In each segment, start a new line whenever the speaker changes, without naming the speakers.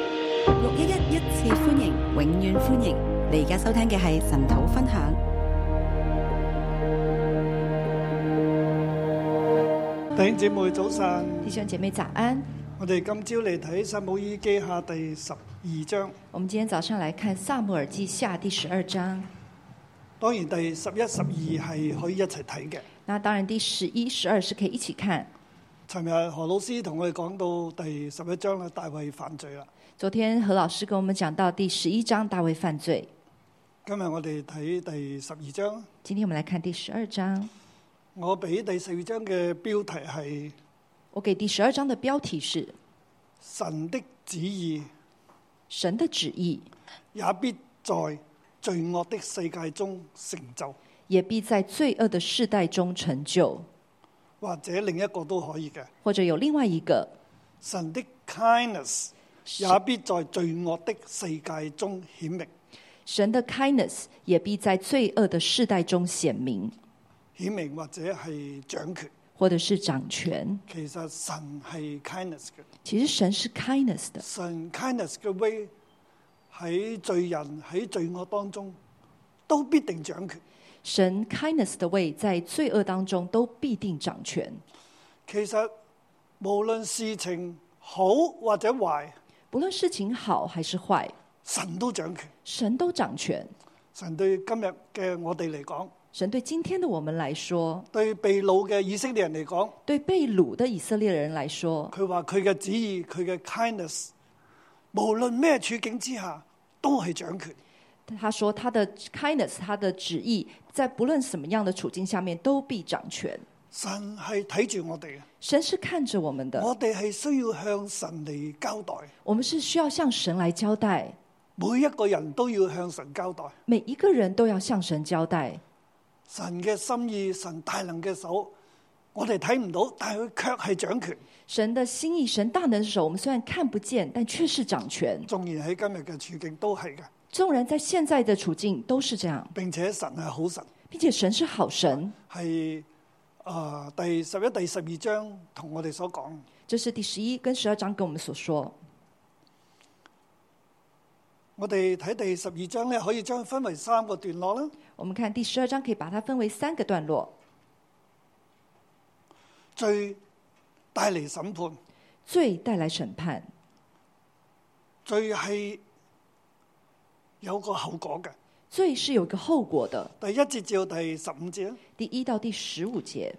六一一一次歡迎，永遠歡迎！你而家收聽嘅係神土分享。
弟兄姊妹早晨，
弟兄姐妹早安，
我哋今朝嚟睇《撒母耳記下》第十二章，
我们今天早上来看《萨姆耳记下》第十二章。
當然第十一、十二係可以一齊睇嘅。
那当然，第十一、十二是可以一起看。
尋日何老師同我哋講到第十一章啦，大衛犯罪啦。
昨天何老师跟我们讲到第十一章大卫犯罪，
今日我哋睇第十二章，
今天我们来看第十二章。
我俾第十二章嘅標題係
我给第十二章的标题是
神的旨意
“神的旨意
也必在罪惡的世界中成就，
也必在罪恶的世代中成就”，
或者另一個都可以嘅。
或者有另外一个
神的 kindness
是
也必在罪惡的世界中顯明。
神的 kindness，也必在罪恶的世代中显明，
顯明或者係掌權，
或者是掌权。
其實神係 kindness 嘅，
其实神是 kindness 的，
神 kindness 嘅 way 喺罪人喺罪惡當中都必定掌權。
神 kindness 的位在罪恶当中都必定掌权，
其實無論事情好或者壞，
不论事情好还是坏，
神都掌權。
神都掌权。
神對今日嘅我哋嚟講，
神对今天的我们来说，
對被掳嘅以色列人嚟講，
对被掳的以色列人来说，
佢話佢嘅旨意，佢嘅 kindness，無論咩處境之下都係掌權。
他说他的 kindness，他的旨意，在不论什么样的处境下面都必掌权。
神係睇住我哋嘅。
神是看着我们的，
我哋係需要向神嚟交代，
我们是需要向神来交代，
每一個人都要向神交代。
每一个人都要向神交代。
神嘅心意，神大能嘅手，我哋睇唔到，但係佢卻係掌權。
神的心意，神大能的手，我们虽然看不见，但却是掌权。
縱然喺今日嘅處境都係嘅，
众人在现在的处境都是这样，
並且神係好神，
并且神是好神，
係啊、呃第十一、第十二章同我哋所講，
这是第十一跟十二章跟我们所说。
我哋睇第十二章咧，可以將分為三個段落啦。
我们看第十二章可以把它分为三个段落：
罪帶嚟審判，
罪带来审判，
罪係有個後果嘅。
罪是有一个后果的。
第一節至到第十五節啦。
第一到第十五节，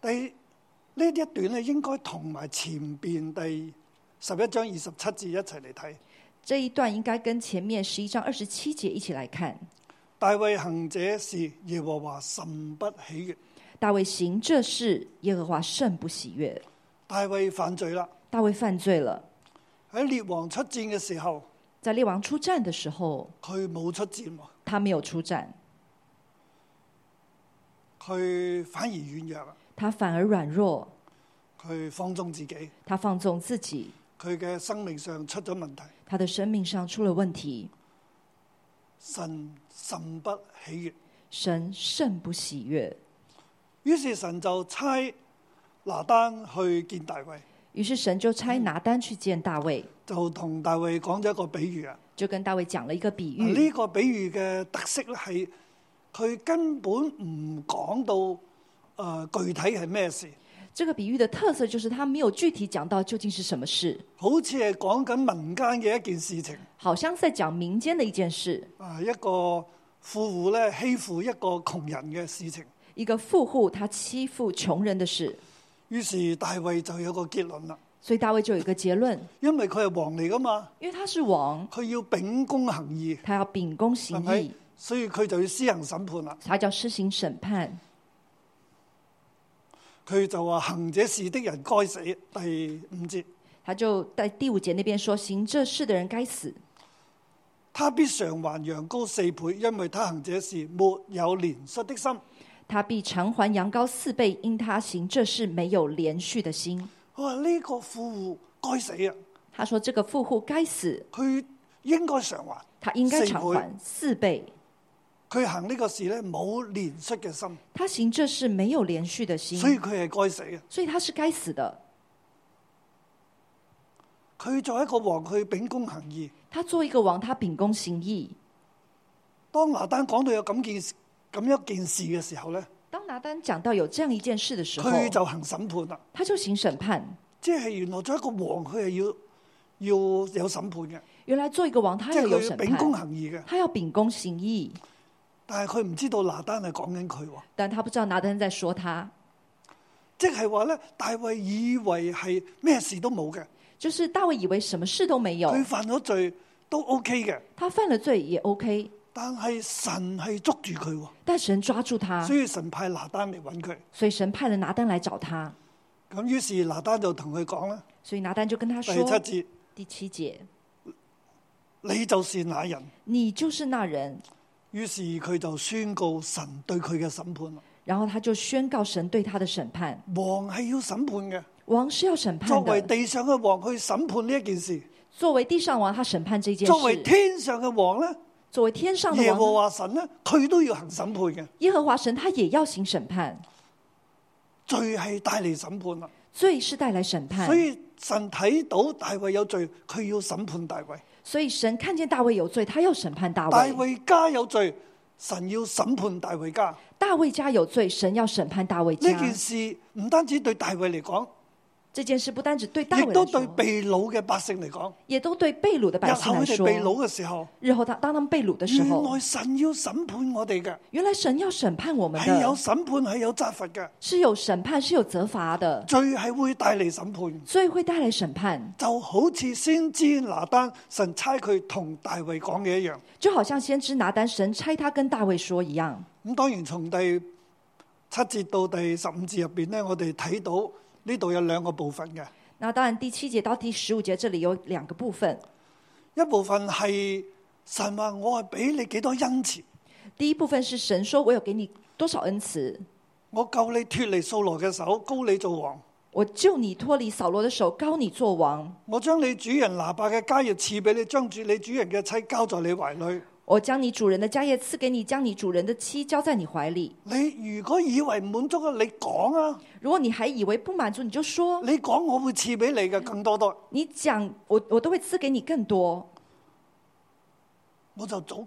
第呢一段咧，應該同埋前邊第十一章二十七節一齊嚟睇。
这一段应该跟前面十一章二十七节一起来看。
大衛行者是耶和華甚不喜悦。
大卫行这事，耶和华甚不喜悦。
大衛犯罪啦，
大卫犯罪了，
喺列王出戰嘅時候，
在列王出战的时候，
佢冇出戰喎，
他没有出战，
佢反而軟弱啊，
他反而软弱，
佢放縱自己，
他放纵自己，
佢嘅生命上出咗問題。
他的生命上出了问题，
神甚不喜悦，
神甚不喜悦。
於是神就差拿單去見大衛，
于是神就差拿单去见大卫，
就同大衛講咗一個比喻啊。
就跟大卫讲了一个比
嗱呢
喻。
個比喻嘅特色咧係佢根本唔講到誒、呃具體係咩事，
这个比喻的特色就是他没有具体讲到究竟是什么事，
好似係講緊民間嘅一件事情。
好像在讲民间的一件事，
啊、一個富户咧欺負一個窮人嘅事情，
一个富户他欺负穷人的事。
於是大衛就有個結論啦。
所以大卫就有一个结论，
因為佢係王嚟噶嘛，
因为他是王，
佢要秉公行義，
他要秉公
係
行
咪
义，？
所以佢就要施行審判啦。
他叫施行审判。
佢就話行者是的人該死，第五節，
他就在第五节那边说，行这事的人该死，
他必償還羊羔四倍，因為他行者是沒有憐恤的心。
他必偿还羊羔四倍，因他行这事没有连续的心。
佢話呢個富户該死啊！
他说这个富户该死，
佢應該償還，
他应该偿还四倍。
佢行呢個事咧冇憐恤嘅心，
他行这事没有连续的心，
啊所以佢係該死嘅。
所以他是该死的。
佢作為一個王去秉公行義。
他做一个王，他秉公行义。
當拿單講到有咁件事咁一件事嘅時候咧，
当拿单讲到有这样一件事的时候，
佢就行審判啦。
他就行审判。
即係原來作為一個王，佢係要要有審判嘅，
原来做一个王，他
即
要
係
有
佢要
审
秉公
判，
行義嘅。
他要秉公行义，
但係佢唔知道拿單係講緊佢喎，
但他不知道拿单在说他，
即係話咧，大衛以為係咩事都冇嘅，
就是大卫以为什么事都没有，
佢犯咗罪都 OK 嘅，
他犯了罪也 OK，
但係神係捉住佢喎。
但神抓住他
所，以神派拿單嚟揾佢，
所以神派了拿单来找他，
咁於是拿單就同佢講啦，
所以拿单就跟他
第
说
七，節，
第七节，
你就是那人。
你就是那人，
於是佢就宣告神對佢嘅審判啦。
然后他就宣告神对他的审判，
王係要審判嘅，
王是要审
作
判
為
的，
地上嘅王去審判呢一件事，
作为地上王，他审判这件
作為
事，
天上嘅王呢，
作为天上的
耶和
王呢，
華神呢，佢都要行審判嘅。
耶和华神他也要行审判，
罪係帶嚟審判啦，
罪是带来审判
所，以神睇到大衛有罪，佢要審判大衛；
所以神看见大卫有罪，他要审判大
大
卫。
衛家有罪，神要審判大衛家。
大卫家有罪，神要审判大卫
呢
家。
件事唔單止對大衛嚟講。
这件事不单只对大
亦
卫
都
来
對
说，
被掳嘅百姓嚟講，
也都对被掳的
日
百姓
後
来
佢哋
说。
被掳嘅時候，
日后他当他们被掳的时
原
候
來，神要審判我哋嘅，
原来神要审判我们
係有
的，
審判係有責罰嘅，
是有審判，是有责罚的，
罪係會帶嚟審判，
所以会带来审判。
就好似先知拿單神差佢同大衛講嘅一樣。
就好像先知拿单神差他跟大卫说一样。
咁當然從第七節到第十五節入邊呢，我哋睇到呢度有兩個部分嘅，
那当然，第七节到第十五节这里有两个部分。
一部分係神話我係俾你幾多恩慈，
第一部分是神说：“我有给你多少恩慈，
我救你脱離掃羅嘅手，高你做王。
我救你脱离扫罗的手，高你做王。
我將你主人拿伯嘅家業賜俾你，將主你主人嘅妻交在你懷裏。
我将你主人的家业赐给你，将你主人的妻交在你怀里。
你如果以為唔滿足啊，你講啊，
如果你还以为不满足，你就说，
你講我會賜俾你嘅更多多，
你讲我我都会赐给你更多，
我就早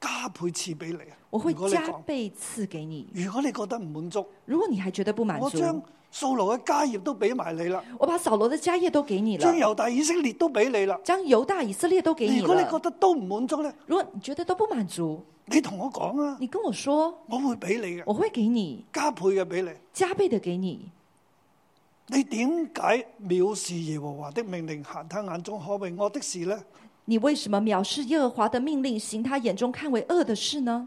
加倍賜俾你啊。
我会
如果你
加
講，
倍赐给你。
如果你覺得唔滿足，
如果你还觉得不满
我
足，
將掃羅嘅家業都俾埋你啦，
我把扫罗的家业都给你了
將，猶大以色列都俾你啦。
将犹大以色列都给你
如果你覺
了。
得都唔滿足呢，
如果你觉得都不满足，
你同我講啊，
你跟我说，
我會俾你嘅，
我会给你
加倍嘅俾你。
加倍的给你。
你點解藐視耶和華的命令，行他眼中可為惡的事呢？
你为什么藐视耶和华的命令，行他眼中看为恶的事呢？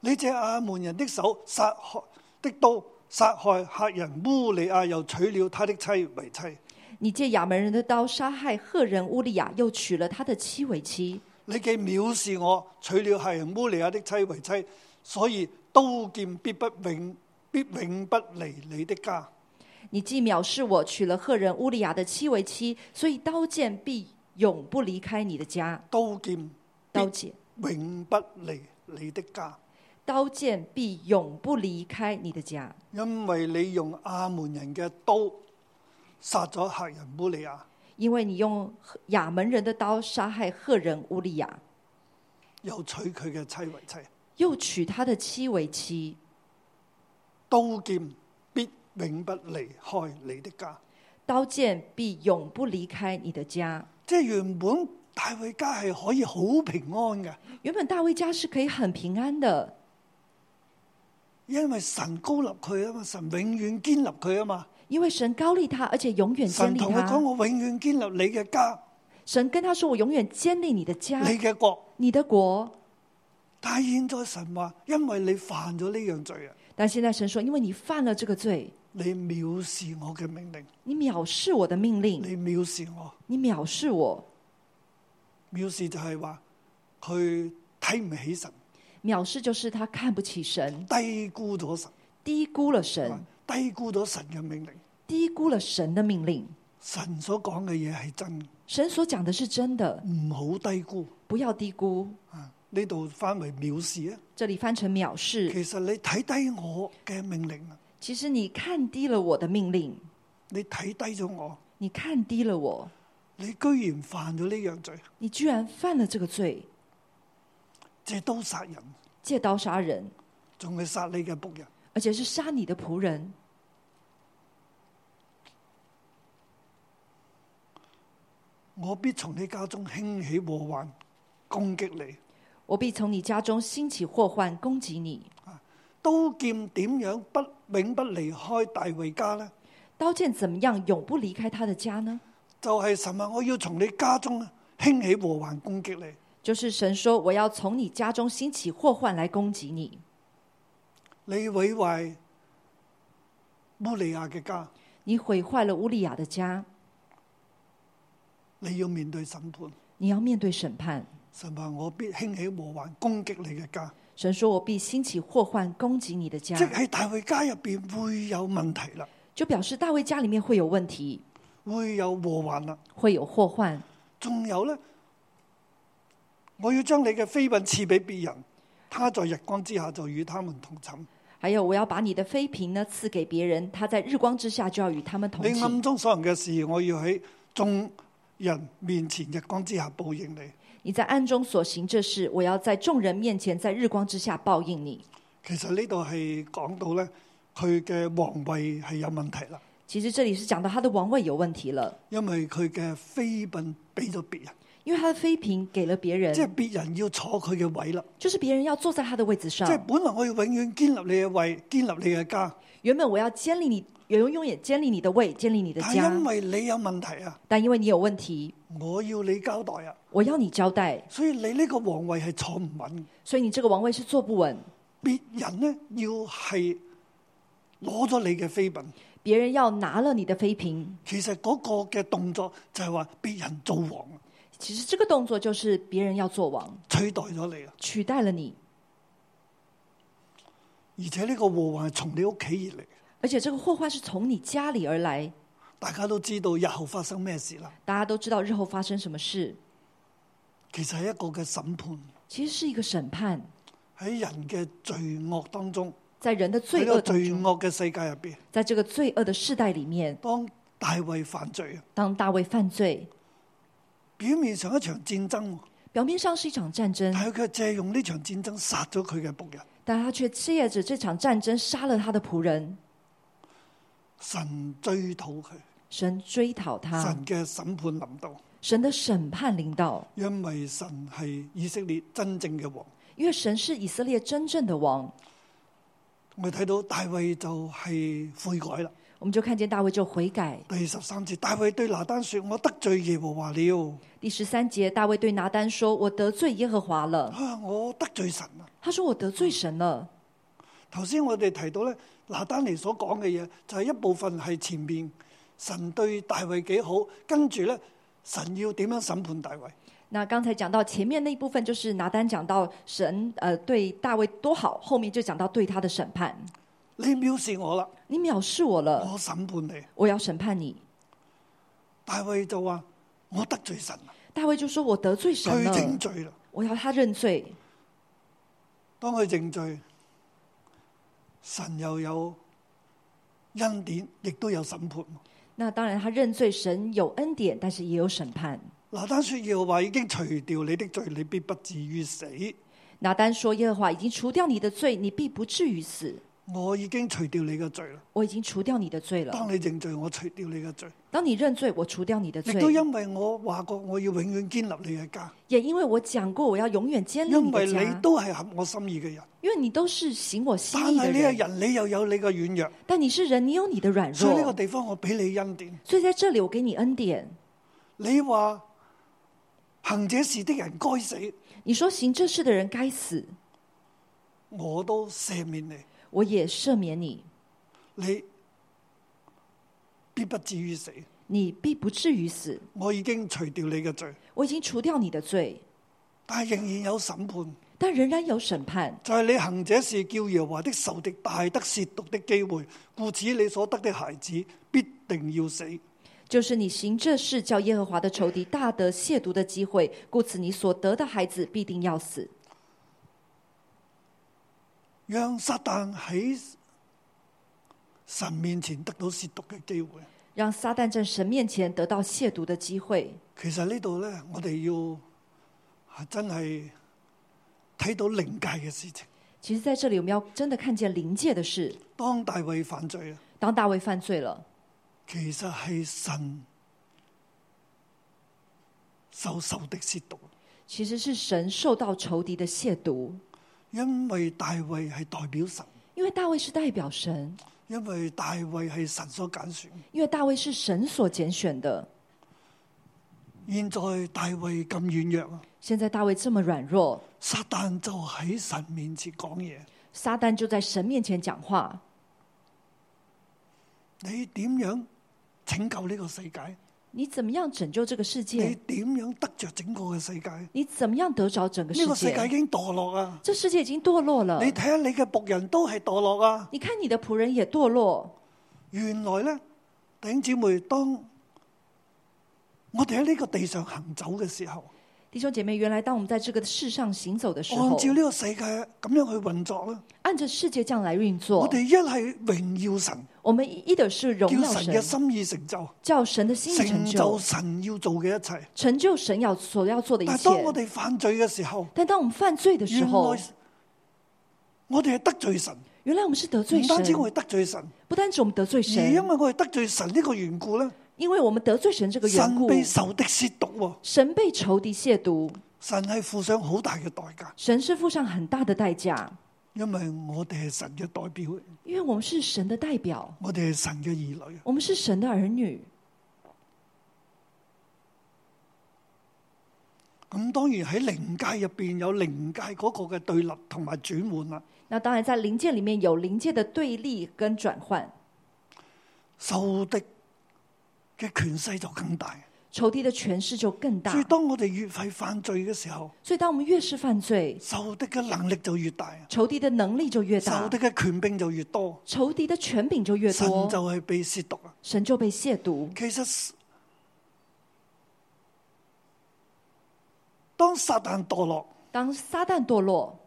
你借亞門人的手殺害的刀殺害客人烏利亞，又娶了他的妻為妻。
你借亚门人的刀杀害赫人乌利亚，又娶了他的妻为妻。
你既藐視我，娶了客人烏利亞的妻為妻，所以刀劍必不永必永不離你的家。
你既藐视我，娶了赫人乌利亚的妻为妻，所以刀剑必永不离开你的家。
刀劍
刀剑，
永不離你的家，
刀剑必永不离开你的家，
因為你用亞門人嘅刀殺咗客人烏利亞。
因为你用亚门人的刀杀害赫人乌利亚，
又娶佢嘅妻為妻，
又娶他的妻为妻。
刀劍必永不離開你的家。
刀剑必永不离开你的家。
即係原本大衛家係可以好平安嘅，
原本大卫家是可以很平安的，
因為神高立佢啊嘛，神永遠堅立佢啊嘛。
因为神高立他，而且永远坚
神
立
同佢講：
他。
我永遠堅立你嘅家，
神跟他说：“我永远坚立你的家，
你嘅國。
你的国。
但係現在神話，因為你犯咗呢樣罪啊，”
但现在神说：“因为你犯了这个罪，
你藐視我嘅命令，
你藐视我的命令，
你藐視我，
你藐视我，
藐視就係話佢睇唔起神，
藐视就是他看不起神，
低估咗神，
低估了神，
低估咗神嘅命令。
低估了神的命令。
神所講嘅嘢係真，
神所讲的是真的，
唔好低估
不要低估。
啊！呢度翻為藐視啊！
这里翻成藐视，
其實你睇低我嘅命令啊，
其实你看低了我的命令，
你睇低咗我，
你看低了我，
你居然犯咗呢樣罪，
你居然犯了这个罪，
借刀殺人，
借刀杀人，
仲係殺你嘅仆人。
而且是杀你的仆人。
我必從你家中興起禍患，攻擊你。
我必从你家中兴起祸患，攻击你。
刀劍點樣不永不離開大衛家呢？
刀剑怎么样，永不离开他的家呢？
就係神啊！我要從你家中啊興起禍患，攻擊你。
就是神说，我要从你家中兴起祸患来攻击你，
你毀壞烏利亞嘅家，
你毁坏了乌利亚的家，
你要面對審判。
你要面对审判。
神話我必興起禍患，攻擊你嘅家，
神说：“我必兴起祸患，攻击你的家
即。係大衛家入边會有問題啦，”
就表示大卫家里面会有问题，
會有禍患啦。
会有祸患。
仲有呢，我要將你嘅妃嫔賜俾別人，他在日光之下就與他們同寝。
还有，我要把你的妃嫔呢赐给别人，他在日光之下就要与他们同
你暗
寝。
中所行嘅事，我要喺眾人面前日光之下報應你。
你在暗中所行这事，我要在众人面前，在日光之下报应你。
其實呢度係講到呢，佢嘅皇位係有問題啦，
其实这里是讲到他的王位有问题了，
因為佢嘅妃嫔俾咗別人，
因为他的妃嫔给了别人
即，係別人要坐佢嘅位啦。
就是别人要坐在他的位子
即係
上。
本來我要永遠建立你嘅位，建立你嘅家，
原本我要建立你，永永远建立你的位，建立你的
但係
家
因，為你有問題啊，
但因为你有问题，
我要你交代啊，
我要你交代。
所以你呢個皇位係坐唔穩，
所以你这个王位是坐不稳，
別人呢要係攞咗你嘅妃嫔，
别人要拿了你的妃嫔。
其實嗰個嘅動作就係話別人做王
其实这个动作就是别人要做王，
取代咗你啊，
取代了你，
而且呢個禍患係從你屋企而嚟，
而且这个祸患是从你家里而来。
大家都知道日後發生咩事啦，
大家都知道日后发生什么事，
其實係一個嘅審判
其实是一个审判，
喺人嘅罪惡當中，
在人的
喺
罪恶
個
当
罪
中，
惡嘅世界入邊，
在这个罪恶的世代里面，
當大衛犯罪啊。
当大卫犯罪，
表面上一場戰爭，
表面上是一场战争
但，係佢卻借用呢場戰爭殺咗佢嘅仆人。
但他却借着这场战争杀了他的仆人，
神追討佢，
神追讨他，
神嘅審判臨到，
神的审判领导，
因為神係以色列真正嘅王。
因为神是以色列真正的王。
我哋睇到大衛就係悔改啦。
我们就看见大卫就悔改。
第十三節，大衛對拿單說：我得罪耶和華了，
第十三节，大卫对拿单说：“我得罪耶和华了。
啊，我得罪神啊啦。”
他说：“我得罪神了。
頭先我哋提到咧，拿單尼所講嘅嘢就係一部分係前面神對大衛幾好，跟住咧神要點樣審判大衛。”
那刚才讲到前面那一部分，就是拿单讲到神呃对大卫多好，后面就讲到对他的审判。
你藐視我啦，
你藐视我了，
我審判你。
我要审判你。
大衛就話：我得罪神啦，
大卫就说：“我得罪神啊
佢認
了，
罪啦。
我要他认罪。
當佢認罪，神又有恩典，亦都有審判。”
那当然，他认罪，神有恩典，但是也有审判。
拿單说：耶和華已經除掉你的罪，你必不至於死。
拿单说：“耶和华已经除掉你的罪，你必不至于死。
我已經除掉你嘅罪啦。
我已经除掉你的罪了。
當你認罪，我除掉你嘅罪，
当你认罪，我除掉你的
亦
罪。”
都因為我話過，我要永遠建立你嘅家，
也因为我讲过，我要永远坚立
因
你
為
的家，
你都係合我心意嘅人。
因为你都是行我
但
心意的
係呢
人。
個人，你又有你嘅軟弱，
但你是人，你有你的软
所以呢個
弱，
地方我俾你恩典。
所以在这里我给你恩典。
你話行者事的人該死，
你说行这事的人该死，
我都赦免你，
我也赦免你，
你必不至於死。
你必不至于死。
我已經除掉你嘅罪，
我已经除掉你的罪，
但係仍然有審判，
但仍然有审判。
就係你行者是叫耶和華的仇敵大得亵瀆的機會，故此你所得的孩子必定要死。
就是你行这事，叫耶和华的仇敌大得亵渎的机会，故此你所得的孩子必定要死。
讓撒旦喺神面前得到亵瀆嘅機會，
让撒旦在神面前得到亵渎的机会。
其實呢度咧，我哋要啊真係睇到靈界嘅事情。
其实，在这里我们要真的看见灵界的事。
當大衛犯罪啊，
当大卫犯罪了，
其實係神受仇敵亵渎，
其实是神受到仇敌的亵渎，
因為大衛係代表神，
因为大卫是代表神，
因為大衛係神所揀選。
因为大卫是神所拣选的。
現在大衛咁軟弱啊，
现在大卫这么软弱，
撒旦就喺神面前講嘢。
撒旦就在神面前讲话：
你點樣拯救呢個世界？
你怎么样拯救这个世
你
界？
點樣得着整個嘅世界？呢、
你怎么样得着整个世
個世界已啊
界？
經墮落啊！
这世界已经堕落了
你。睇下你嘅仆人都係墮落啊！
你看你的仆人也堕落。
原來呢，弟兄姊妹，當我哋喺呢個地上行走嘅時候，
弟兄姐妹，原来当我们在这个世上行走的时候
按，照呢個世界咁樣去運作啦，
按着世界这样来运作，
我哋一係榮耀神，
我们一的是荣
叫
耀
神嘅
神，
心意成就，
叫神的心意成
成就
就，
神要做嘅一切。
成就神要所要做的一
但係當我
切。
哋犯罪嘅時候，
但当我们犯罪的时
原來
候，
我哋係得罪神，
原来我们是得罪
唔單
神
止，我哋得罪神。
不单止我们得罪
而
神
因，為我哋得罪神呢個緣故咧，
因为我们得罪神这个缘
神
故，
被仇敵亵渎喎，
神被仇敌亵渎，
神係付上好大嘅代價，
神是付上很大的代价，
因為我哋係神嘅代表，
因为我们是神的代表，
我哋係神嘅兒女。啊
我们是神的儿女。
咁當然喺靈界入邊有靈界嗰個嘅對立同埋轉換啦。
那当然，在灵界里面有灵界的对立跟转换，
仇敵嘅權勢就更大，
仇敌的权势就更大
所以。當我哋越係犯罪嘅時候，
所以，当我们越是犯罪，
仇敵嘅能力就越大，
仇敌的能力就越
仇
大
敵，嘅權柄就越多，
仇敌的权柄就越
神
多，
就係被亵渎啊！
神就被亵渎。
其實當撒旦墮落。
当撒旦堕落，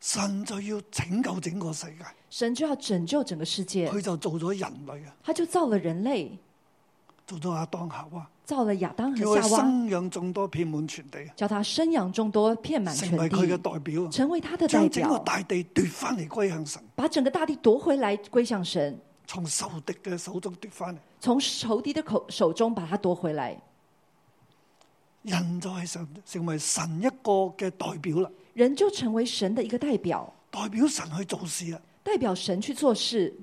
神就要拯救整個世界，
神就要拯救整个世界，
佢就做咗人類啊，
他就造了人类，
做咗阿當夏娃，
造了亚当
叫
和
佢
夏娃，
生養眾多，遍滿全地，啊
叫他生养众多，遍满
成
全
為佢嘅啊
地，
代表啊，
成为他的代
將整個
表，
大地奪翻嚟歸向神，
把整个大地夺回来归向神，
從仇敵嘅手中奪翻嚟。
从仇敌的口手中把它夺回来。
人就係神，成為神一個嘅代表啦，
人就成为神的一个代表，
代表神去做事啊，
代表神去做事，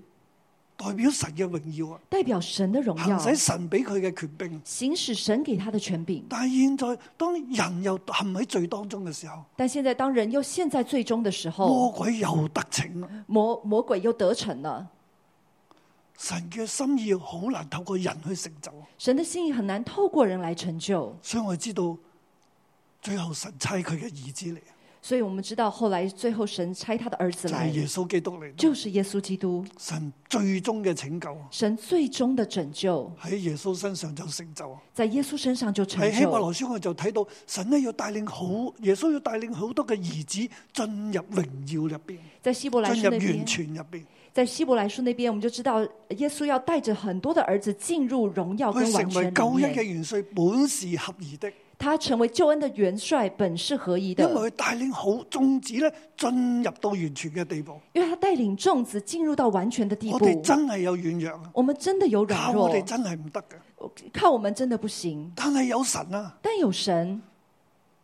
代表神嘅榮耀啊，
代表神的荣
行，
耀
使神俾佢嘅權柄。啊
行使神给他的权柄。
但係現在當人又陷喺罪當中嘅時候，
但现在，当人又陷在最终的时
魔
候，
鬼又得逞啊啦，
魔魔鬼又得逞了。
神嘅心意好難透過人去成就啊。
神的心意很难透过人来成就，
所以我知道最後神差佢嘅兒子嚟，啊
所以我们知道后来最后神差他的儿子
就
来
係，耶穌基督嚟。
就是耶稣基督，
神最終嘅拯救啊
神最终的拯救
喺耶穌身上就成就。啊
在耶穌身上就成
喺希伯
就。
來書我就睇到神咧要帶領好耶穌要帶領好多嘅兒子進入榮耀入邊，啊
在希伯来
進
书
入
那
完
边，
全入邊，
在希伯来书那边，我们就知道耶稣要带着很多的儿子进入荣耀跟
佢
完
成為
全
救
里
恩嘅
面。
元帥，本是合宜的，
他成为救恩的元帅，本是合一
因
的，
為佢帶領好眾子咧進入到完全嘅地步。
因为他带领众子進入到完全的地
我
步
哋。真係有軟弱啊，
我们真的有
靠
软弱
我，哋真係唔得嘅，
靠我们真的不行。
但係有神啊。
但有神，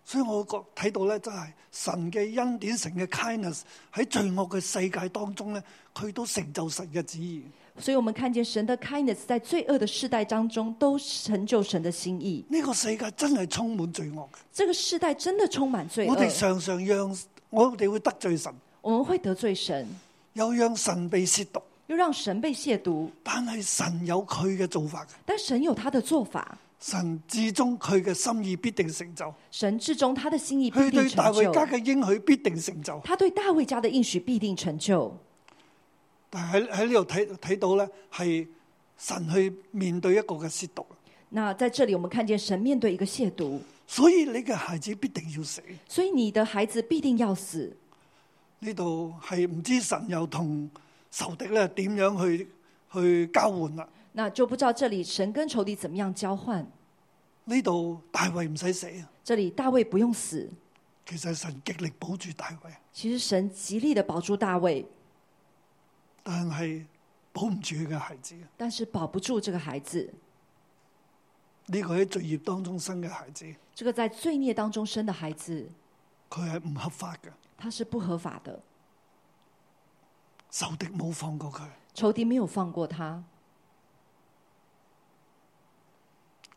所以我覺睇到咧，真係神嘅恩典，神嘅 kindness 喺罪惡嘅世界當中咧，佢都成就神嘅旨意。
所以我们看见神的 kindness 在罪恶的世代当中都成就神的心意。
呢、個世界真係充滿罪惡嘅。
这个世代真的充滿罪
我哋
恶，
常常讓我哋會得罪神，
我们会得罪神，
又讓神被亵渎。
又让神被亵渎。
但係神有佢嘅做法嘅，
但神有他的做法，
神至終佢嘅心意必定成就，
神至终他的心意必
佢
定
對大
成
衛
就。
家嘅應許必定成就。
他对大卫家的应许必定成就。
但係喺喺呢度睇睇到咧，係神去面對一個嘅亵渎，
那在这里，我们看见神面对一个亵渎，
所以你嘅孩子必定要死。
所以你的孩子必定要死。
呢度係唔知神又同仇敵咧點樣去去交換啦？
那就不知道这里神跟仇敌怎么样交换。
呢度大衛唔使死啊，
这里大卫不用死，
其實神極力保住大衛，
其实神极力的保住大卫，
但係保唔住佢嘅孩子。
但是保不住这个孩子，
呢、個喺罪孽當中生嘅孩子，
这个在罪孽当中生的孩子，
佢係唔合法嘅，
他是不合法的，
仇敵冇放過佢，
仇敌没有放过他，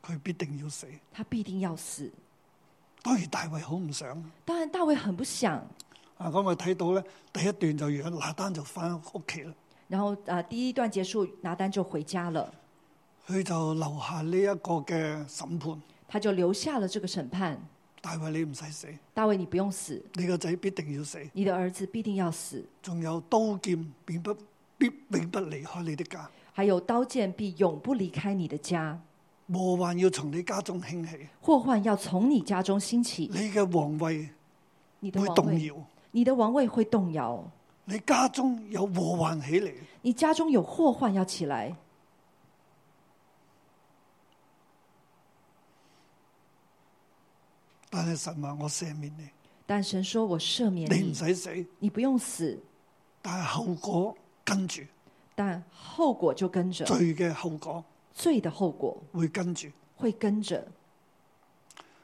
佢必定要死。
他必定要死。
當然大衛好唔想
当然，大卫很不想。
啊，咁我睇到咧第一段就讓拿單就翻屋企啦，
然后啊、呃第一段结束，拿单就回家了，
佢就留下呢一個嘅審判。
他就留下了这个审判。
大衛你唔使死，
大卫，你不用死，
你個仔必定要死，
你的儿子必定要死，
仲有刀劍並不必並不離開你的家，
还有刀剑必永不离开你的家，
禍患要從你家中興起，
祸患要从你家中兴起，
你嘅皇位
你的
會
王
動
位，
搖，
你的王位会动摇，
你家中有禍患起嚟，
你家中有祸患要起来。
但係神話我赦免你，
但神说：“我赦免
你
你
唔，使死，
你不用死，
但係後果跟住
但后果就跟着
罪嘅後果
罪的后果
會跟住。
会跟着。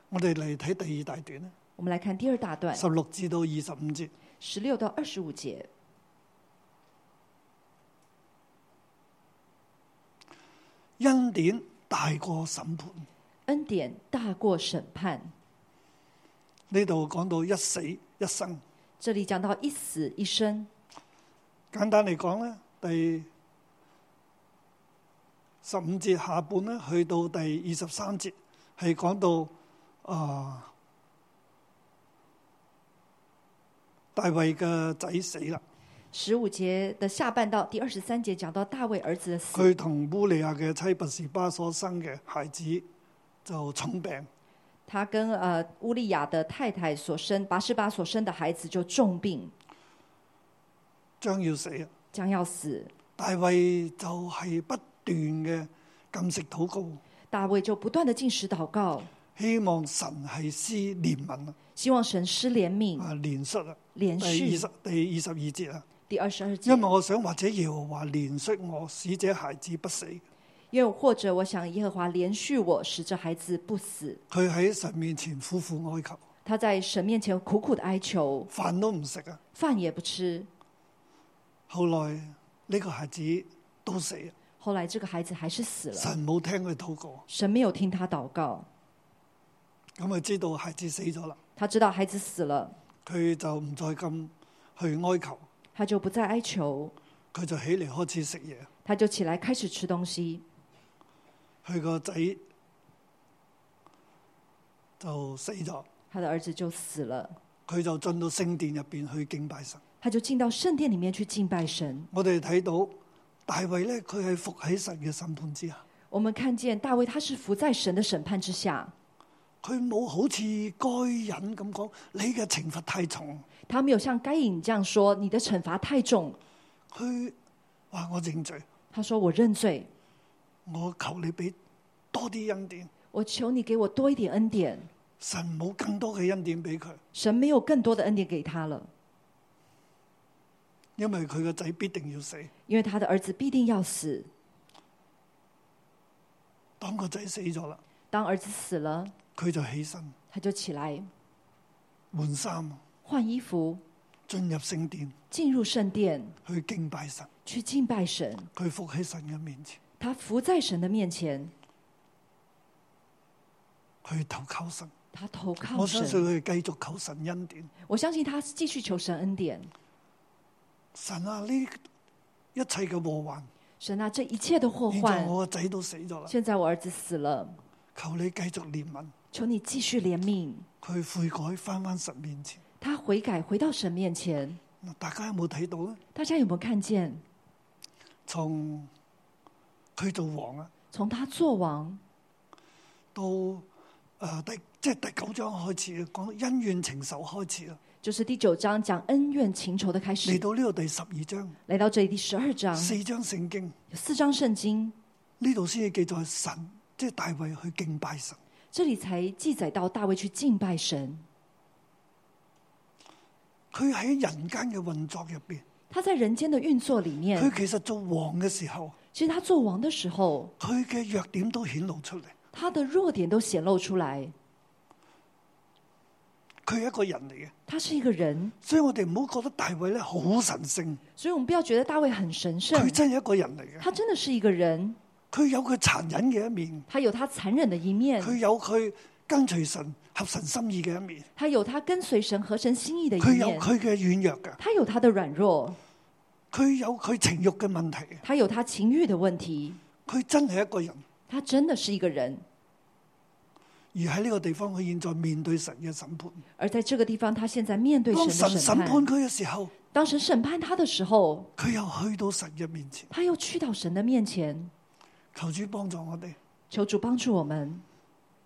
我哋嚟睇第二大段啦，”
我们来看第二大段
十六至到二十五節。
十六到二十五节。
恩典大過審判。
恩典大过审判。
呢度講到一死一生，
这里讲到一死一生，
簡單嚟講咧，第十五節下半咧，去到第二十三節係講到啊、大衛嘅仔死啦，
十五节的下半到第二十三节讲到大卫儿子的死，
佢同烏利亞嘅妻拔士巴所生嘅孩子就重病，
他跟呃乌利亚的太太所生拔示巴所生的孩子就重病，
將要死啊！
将要死。
大衛就係不斷嘅禁食禱告，
大卫就不断的进食祷告，
希望神係施憐憫啊
希望神施怜悯，
啊，憐恤啊！
连
第二
续
十第二十二節啊，
第二十二节
因為，我想或者耶和華憐恤我，使這孩子不死。
又或者我想耶和华连续我，使这孩子不死。
佢喺神面前苦苦哀求，
他在神面前苦苦的哀求，
飯都唔食啊。
饭也不吃。
後來呢個孩子都死啊，
后来这个孩子还是死了，
神冇聽佢禱告，
神没有听他祷告。
咁佢知道孩子死咗啦，
他知道孩子死了，
佢就唔再咁去哀求，
他就不再哀求，
佢就起嚟開始食嘢。
他就起来开始吃东西。
佢個仔就死咗，
他的儿子就死了，
佢就進到聖殿入邊去敬拜神。
他就进到圣殿里面去敬拜神。
我哋睇到大衛咧，佢係伏喺神嘅審判之下。
我们看见大卫他是伏在神的审判之下，
佢冇好似該人咁講，你嘅懲罰太重。
他没有像该隐这样说你的惩罚太重。
佢話我認罪，
他说我认罪，
我求你俾多啲恩典。
我求你给我多一点恩典。
神冇更多嘅恩典俾佢，
神没有更多的恩典给他了，
因為佢個仔必定要死。
因为他的儿子必定要死。
當個仔死咗啦，
当儿子死了，
佢就起身
他就起来
換衫，
换衣服，
進入聖殿
进入圣殿
去敬拜神。
去敬拜神。
佢伏喺神嘅面前，
他伏在神的面前，
去投靠神。
他投靠
我相信
神。
佢繼續求神恩典。
我相信他继续求神恩典。
神啊，呢一切嘅禍患，
神啊，這一切的禍
現在
患，
我個仔都死咗啦，
現在我兒子死了，
求你繼續憐憫。
求你繼續憐憫。
佢悔改翻翻神面前。
他悔改，回到神面前。
嗱，大家有冇睇到咧？
大家有沒有看見？
從佢做王啊，
從他做王
到誒、呃第即係第九章開始講恩怨情仇開始啦，啊
就是第九章講恩怨情仇的開
嚟
始，
到呢度第十二章，
啊來到這裡第十二章，
四章聖經
有四章聖經，
呢度先至記載神，即係大衛去敬拜神。
这里才记载到大卫去敬拜神，
佢喺人間嘅運作入邊，
他在人间的运作里面，
佢其實做王嘅時候，
其实他做王的时候，
佢嘅弱點都顯露出嚟。
他的弱点都显露出来。
佢係一個人嚟嘅，
他是一个人，
所以我哋唔好覺得大衛咧好神聖，
所以我们不要觉得大卫很神圣
佢，真係一個人嚟嘅。
他真的是一个人，
佢有佢殘忍嘅一面，
他有他残忍的一面，
佢有佢跟隨神合神心意嘅一面，
他有他跟随神合神心意的一
佢有
面，
佢嘅軟弱嘅，
他有他的软弱，
佢有佢情慾嘅問題嘅，
他有他情欲的问题，
佢真係一個人。
他真的是一个人。
而喺呢個地方，佢現在面對神嘅審判。
而在这个地方，他现在面对神
當神
的
審
审
判
判，
佢嘅時候，
当神审判他的时候，
佢又去到神嘅面前。
他又去到神的面前，
求主幫助我哋
求主帮助我们，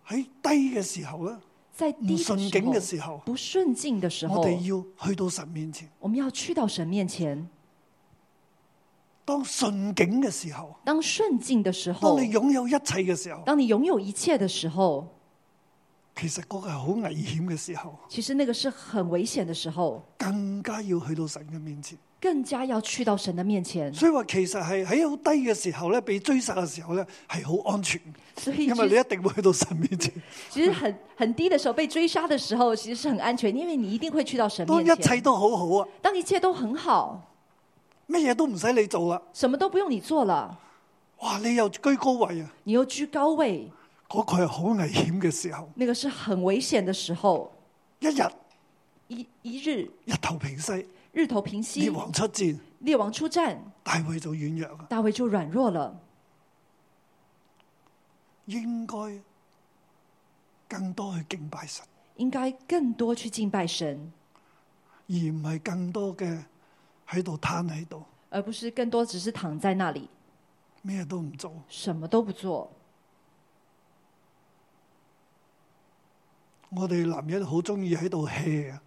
喺低嘅時候咧，
在
唔
低
順境嘅
的时候、
時候，
不顺境的时候
我，哋要去到神面前。
我们要去到神面前。
當順境嘅時候，
当顺境的时
當
候，
你擁有一切嘅時候，
当你拥有一切的时候，
其實嗰個係好危險嘅時候，
其实那个是很危险的时候，
更加要去到神嘅面前。
更加要去到神的面前。
所以話其實係喺好低嘅時候咧，被追殺嘅時候咧係好安全，
所以
因
其
為你
实
一定會去到神面前。
其实很很低的时候被追杀的时候，其实是很安全，因为你一定会去到神
當
面
一切
前。
都好好啊，
当一切都很好，
乜嘢都唔使你做啦，
什么都不用你做了，
哇！你又居高位啊，
你又居高位，
嗰、個係好危險嘅時候。
那个是很危险的时候。
一日
一一日
日頭平西，
日头平
列
息，
王出戰，
列王出战，
大衛就軟弱啊。
大卫就软弱了。
應該更多去敬拜神，
应该更多去敬拜神，
而唔係更多嘅喺度攤喺度，
而不是更多只是躺在那里
咩都唔做。
什么都不做。
我哋男人好中意喺度 hea 啊，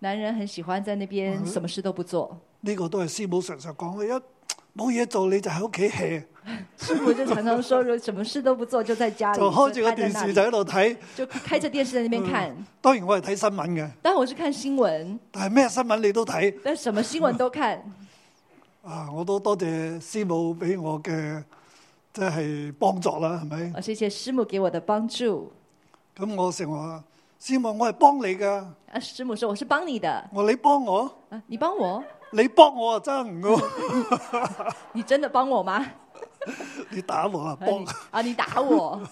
男人很喜欢在
嗯
那边什么事都不做，
呢、個都係師母常常講嘅，一冇嘢做你就喺屋企 hea，
师傅就常 常说，如果什么事都不做，就在家里
就開住個
就瘫在
電
那
視
里
就喺度啊睇。
就开着电视在那边看。
當然我係睇新聞嘅，
但我是看新闻，
但係咩新聞你都睇。
但什么新闻都看。
啊，我都多謝師母俾我嘅即係幫助啦，係咪？
啊，谢谢师母给我的帮助。
咁我成話師母，我係幫你㗎，
啊，师母说我是帮你的，
我話你幫我，
啊，你帮我，
你幫我啊真 㗎，
你真的帮我嗎？
你打我啊
啊
幫
你啊，你 打我。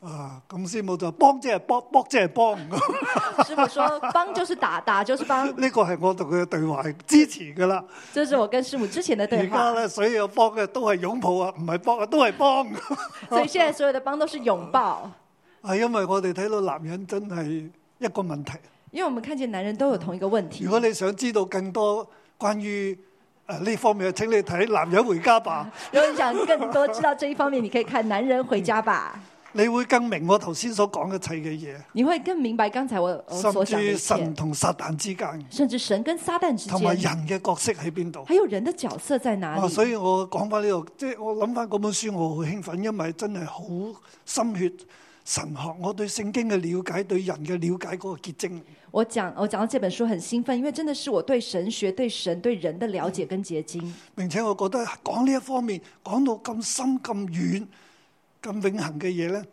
啊！咁師母就幫即係幫，幫即係幫。
师傅说帮就是打，打就是帮，
呢個係我同佢嘅對話，支持㗎啦。
这是我跟师母之前的
而
对
家
话。
咧，所有幫嘅都係擁抱啊，唔係幫啊，都係幫。
所以现在所有的帮都是拥抱，
係啊因為我哋睇到男人真係一個問題。
因为我们看见男人都有同一个问题
如。果你想知道更多關於誒呢方面嘅，請你睇《男人回家吧
如果你想更多知道这一方面，你可以看《男人回家吧》，》，
你會更明我頭先所講一切嘅
你会更明白刚才我我
嘢，甚
所讲的一
至
切
神，同撒旦之間，
甚至神跟撒旦之
同埋
间，
人嘅角色喺邊度。
还有人的角色在哪
啊，所
里。
以我講翻呢度，即係我諗翻嗰本書，我好興奮，因為真係好心血神學，我對聖經嘅了解，對人嘅了解嗰個結晶。
我讲我讲到这本书很兴奋，因为真的是我对神学、对神、对人的了解跟结晶。
並且我覺得講呢一方面講到咁深、咁遠、咁永恆嘅嘢咧，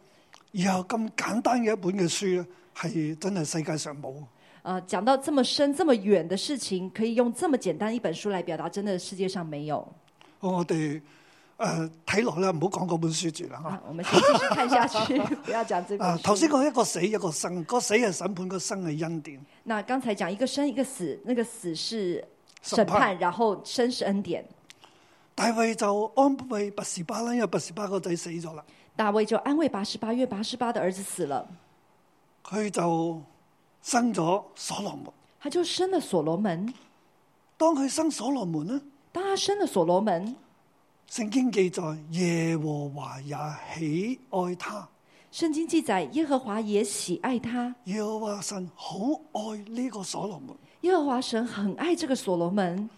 以後咁簡單嘅一本嘅書咧，係真係世界上冇。
呃，讲到这么深、这么远的事情，可以用这么简单一本书来表达，真的世界上没有。
好我哋誒睇落咧，唔好講嗰本書住啦
啊
嚇。，
我们先继续看 下去，不要讲这
啊
本，
頭
书。
先講一個死一個生，個死係審判，個生係恩典。
那刚才讲一个生一个死，那个死是
审
审
判
判，然后生是恩典。
大衛就安慰拔士巴啦，因為拔士巴個仔死咗啦，
大卫就安慰八十八，因为八十八的儿子死了，
佢就生咗所羅門。
他就生了所罗门。
當佢生所羅門咧，
当他生了所罗门，
聖經記載耶和華也喜愛他。
圣经记载耶和华也喜爱他，
耶和華神好愛呢個所羅門，
耶和华神很爱这个所罗门，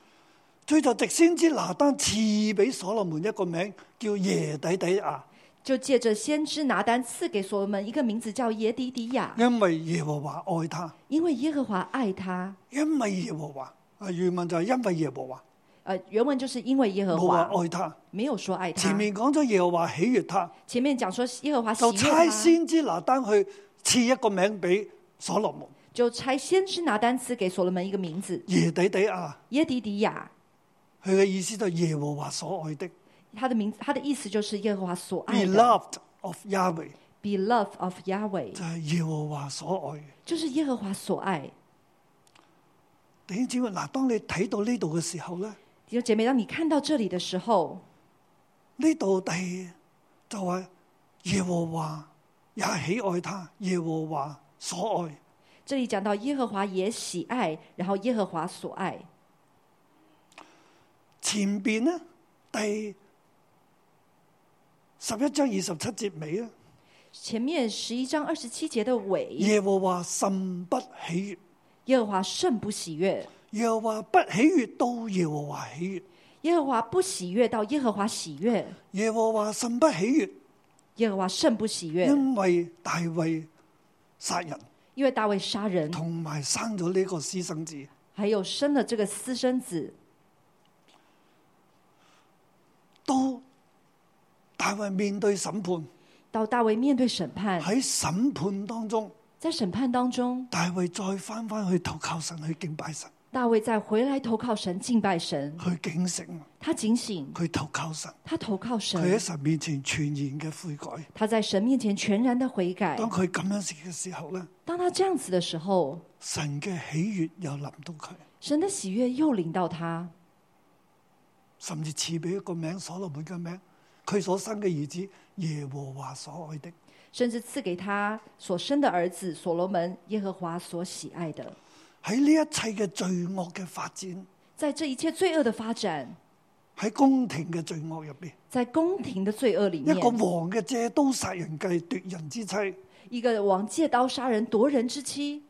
佢就直先知拿單賜俾所羅門一個名叫耶底底亞，
就借着先知拿单赐给所罗门一个名字叫耶底底亚，
因為耶和華愛他，
因为耶和华爱他。
因為耶和華啊，原文就係因為耶和華，
呃，原文就是因为耶和
冇話
华，
愛他。
没有说爱他。
前面講咗耶和華喜悅他，
前面讲说耶和华喜
就
悦
差
啊他，
先知拿單去賜一個名俾所羅門
就差先知拿单赐给所罗门一个名字
耶底底亞。
耶底底亚。
佢嘅意思就係耶和華所愛的
他的名，他的意思就是耶和华所爱的
，beloved of Yahweh
，beloved of Yahweh，
就係耶和華所愛嘅。
就是耶和华所爱。
弟兄姊妹，嗱，當你睇到呢度嘅時候咧，
弟兄姐妹，当你看到这里的时候，
呢度第就話耶和華也喜愛他，耶和華所愛。
这里讲到耶和华也喜爱，然后耶和华所爱。
前邊呢，第十一章二十七節尾咧，
前面十一章二十七节的尾，
耶和華甚不喜悅，
耶和華甚不喜悦，
耶和華不喜悅到耶和華喜悅，
耶和華不喜悦到耶和華喜悦，
耶和華甚不喜悅，
耶和華甚不喜悦，
因為大衛殺人。
因為大衛杀人，
同埋生咗呢個私生子。
还有生了这个私生子。
都大衛面對審判，
到大衛面對審判，
喺審判當中，
在審判当中，
大衛再翻翻去投靠神，去敬拜神，
大衛再回来投靠神、敬拜神，
去警醒，
他警醒，
佢投靠神，
他投靠
佢喺
神，
神面前全然嘅悔改。
他在神面前全然的悔改
當。佢咁樣食嘅時候咧，
当他这样子的时候，
神嘅喜悅又臨到佢，
神的喜悦又临到他，
甚至賜俾一個名所羅門嘅名，佢所生嘅兒子耶和華所愛的。
甚至赐给他所生的儿子所罗门，耶和华所喜爱的。
喺呢一切嘅罪惡嘅發展，
在这一切罪恶的发展，
喺宮廷嘅罪惡入邊。
在宫廷的罪恶里
一
面，
個王嘅借刀殺人計奪人之妻，喺
一个王借刀杀人夺人之妻，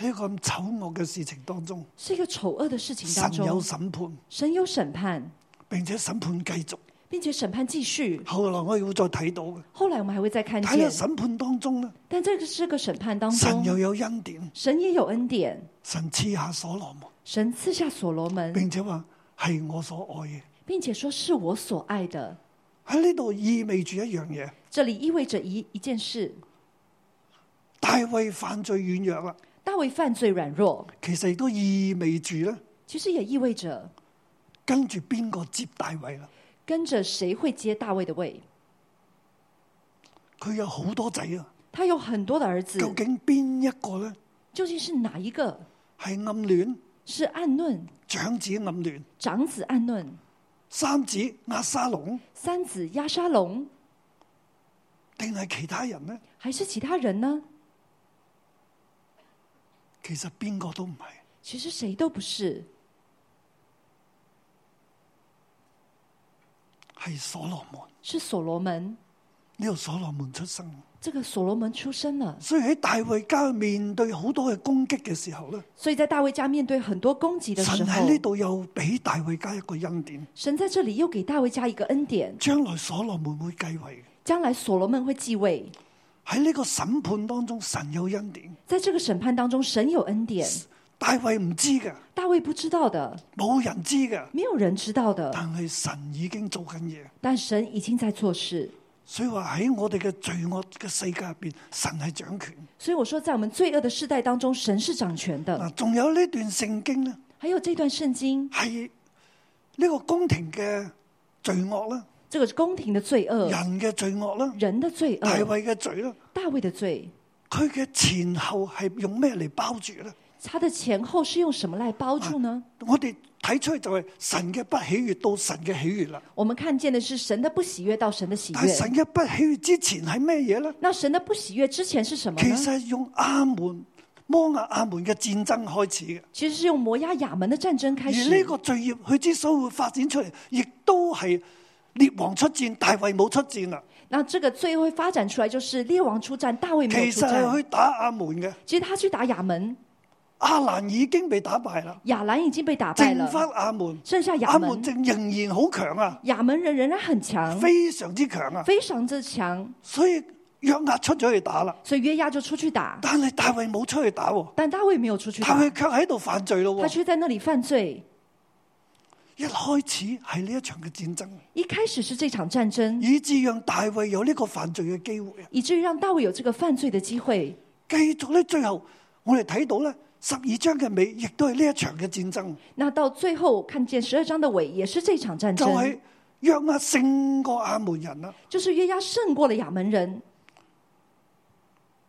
一個咁醜惡嘅事情當中，
是一个丑恶的事情当
神有
中。
審判，
神有审判，
並且審判繼續。
并且审判继续。
後來我哋會再睇到嘅，
后来我们还会再看
睇
见，
下審判當中咧，
但这个是个审判当
神
中，
又有恩典，
神也有恩典，
神賜下所羅門，
神赐下所罗门，
並且話係我所愛嘅。
并且说是我所爱的。
喺呢度意味住一樣嘢，
这里意味着一一件事：
大衛犯罪軟弱啦，
大卫犯罪软弱，
其實亦都意味住咧，
其实也意味着
跟住邊個接大衛啦？
跟着谁会接大卫的位。
佢有好多仔啊，
他有很多的儿子，
究竟邊一個咧
究竟是哪一个？
係暗戀
是暗嫩
長子暗戀？
长子暗嫩，
三子押沙龍
三子押沙龙，
定係其他人呢？
还是其他人呢？
其實邊個都唔係。
其实谁都不是，
係所羅門。
是所罗门。
呢度所羅門出生，
这个所罗门出生了，
所以喺大衛家面對好多嘅攻擊嘅時候咧，
所以在大卫家面对很多攻击的时
神
候
喺，呢度又俾大衛家一個恩典，
神在这里又给大卫家一个恩典，
將來所羅門會繼位嘅。
将来所罗门会继位。
喺呢個審判當中，神有恩典，
在这个审判当中，神有恩典，
大衛唔知嘅，
大卫不知道的，
冇人知嘅，
没有人知道的，
但係神已經做緊嘢。
但神已经在做事。
所以話喺我哋嘅罪惡嘅世界入边，神係掌權。
所以我说，在我们罪恶的世代当中，神是掌权的。
嗱，仲有呢段聖經咧。
还有这段圣经，
係呢個宮廷嘅罪惡啦，
这个宫廷的罪恶、
人嘅罪惡啦，
人的罪
大
恶、
衛嘅罪啦，
大卫的罪，
佢嘅前後係用咩嚟包住咧？
它的前后是用什么来包住呢？
我哋睇出去就係神嘅不喜悦到神嘅喜悦啦。
我们看见的是神的不喜悦到神的喜
啊但係
悦。
神嘅不喜悦之前係咩嘢咧？
那神的不喜悦之前是什么
其
呢？
實係用阿門摩亞阿門嘅戰爭開始嘅，
其实是用摩押亚门的战争开始。
而呢個罪孽佢之所以會發展出嚟，亦都係列王出戰，大衛冇出戰啦。
那这个最后会发展出来就是列王出战，大卫没有
其
出
實係
战。
去打阿門嘅，
其实他去打亚门，
阿蘭已經被打敗啦，
亚兰已经被打败
剩翻
了，
阿門，
剩下
阿
亚
門
门，
正仍然好強啊，
亚门人仍然很强，
非常之強啊，
非常之强，
所以約押出咗去打啦，
所以约押就出去打，
但係大衛冇出去打喎，
但大卫没有出去
大
打，
衛卻喺度犯罪咯
他
喎，
却在那里犯罪。
一開始係呢一場嘅戰爭，
一开始是这场战争，
以致讓大衛有呢個犯罪嘅機會啊，
以至于讓大衛有這個犯罪的機會。
繼續咧，最後我哋睇到咧十二章嘅尾，亦都係呢一場嘅戰爭。
那到最後看見十二章的尾，也是這場戰
就
爭，
係約押勝過亞門人啦。
就是約押勝過了亞門人。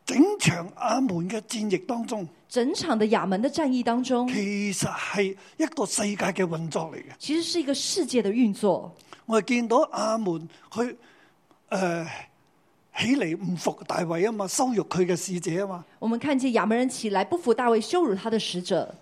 整場亞門嘅戰役當中，
整場的亞門的戰役當中，
其實係一個世界嘅運作嚟嘅。
其實是一個世界的運作。
我哋見到亞門佢誒、呃起嚟唔服大衛啊嘛，羞辱佢嘅使者啊嘛。
我們看見亞門人起來不服大衛，羞辱他的使者。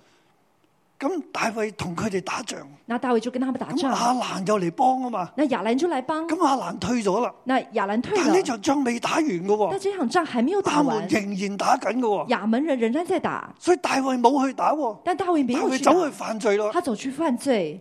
咁大衛同佢哋打仗，
那大衛就跟他們打
咁
仗，
亞蘭又嚟幫啊嘛。
那亞蘭就來幫
咁。亞蘭退咗啦，
那亞蘭退
但係呢
了，
場仗未打完嘅喎
但，這場仗還沒有打
亞門
完，
仍然打緊嘅喎，
亞門人仍然在打，
所以大衛冇去打喎，
但大衛沒
大
有
衛
去打，
走去犯罪咯。
他走去犯罪。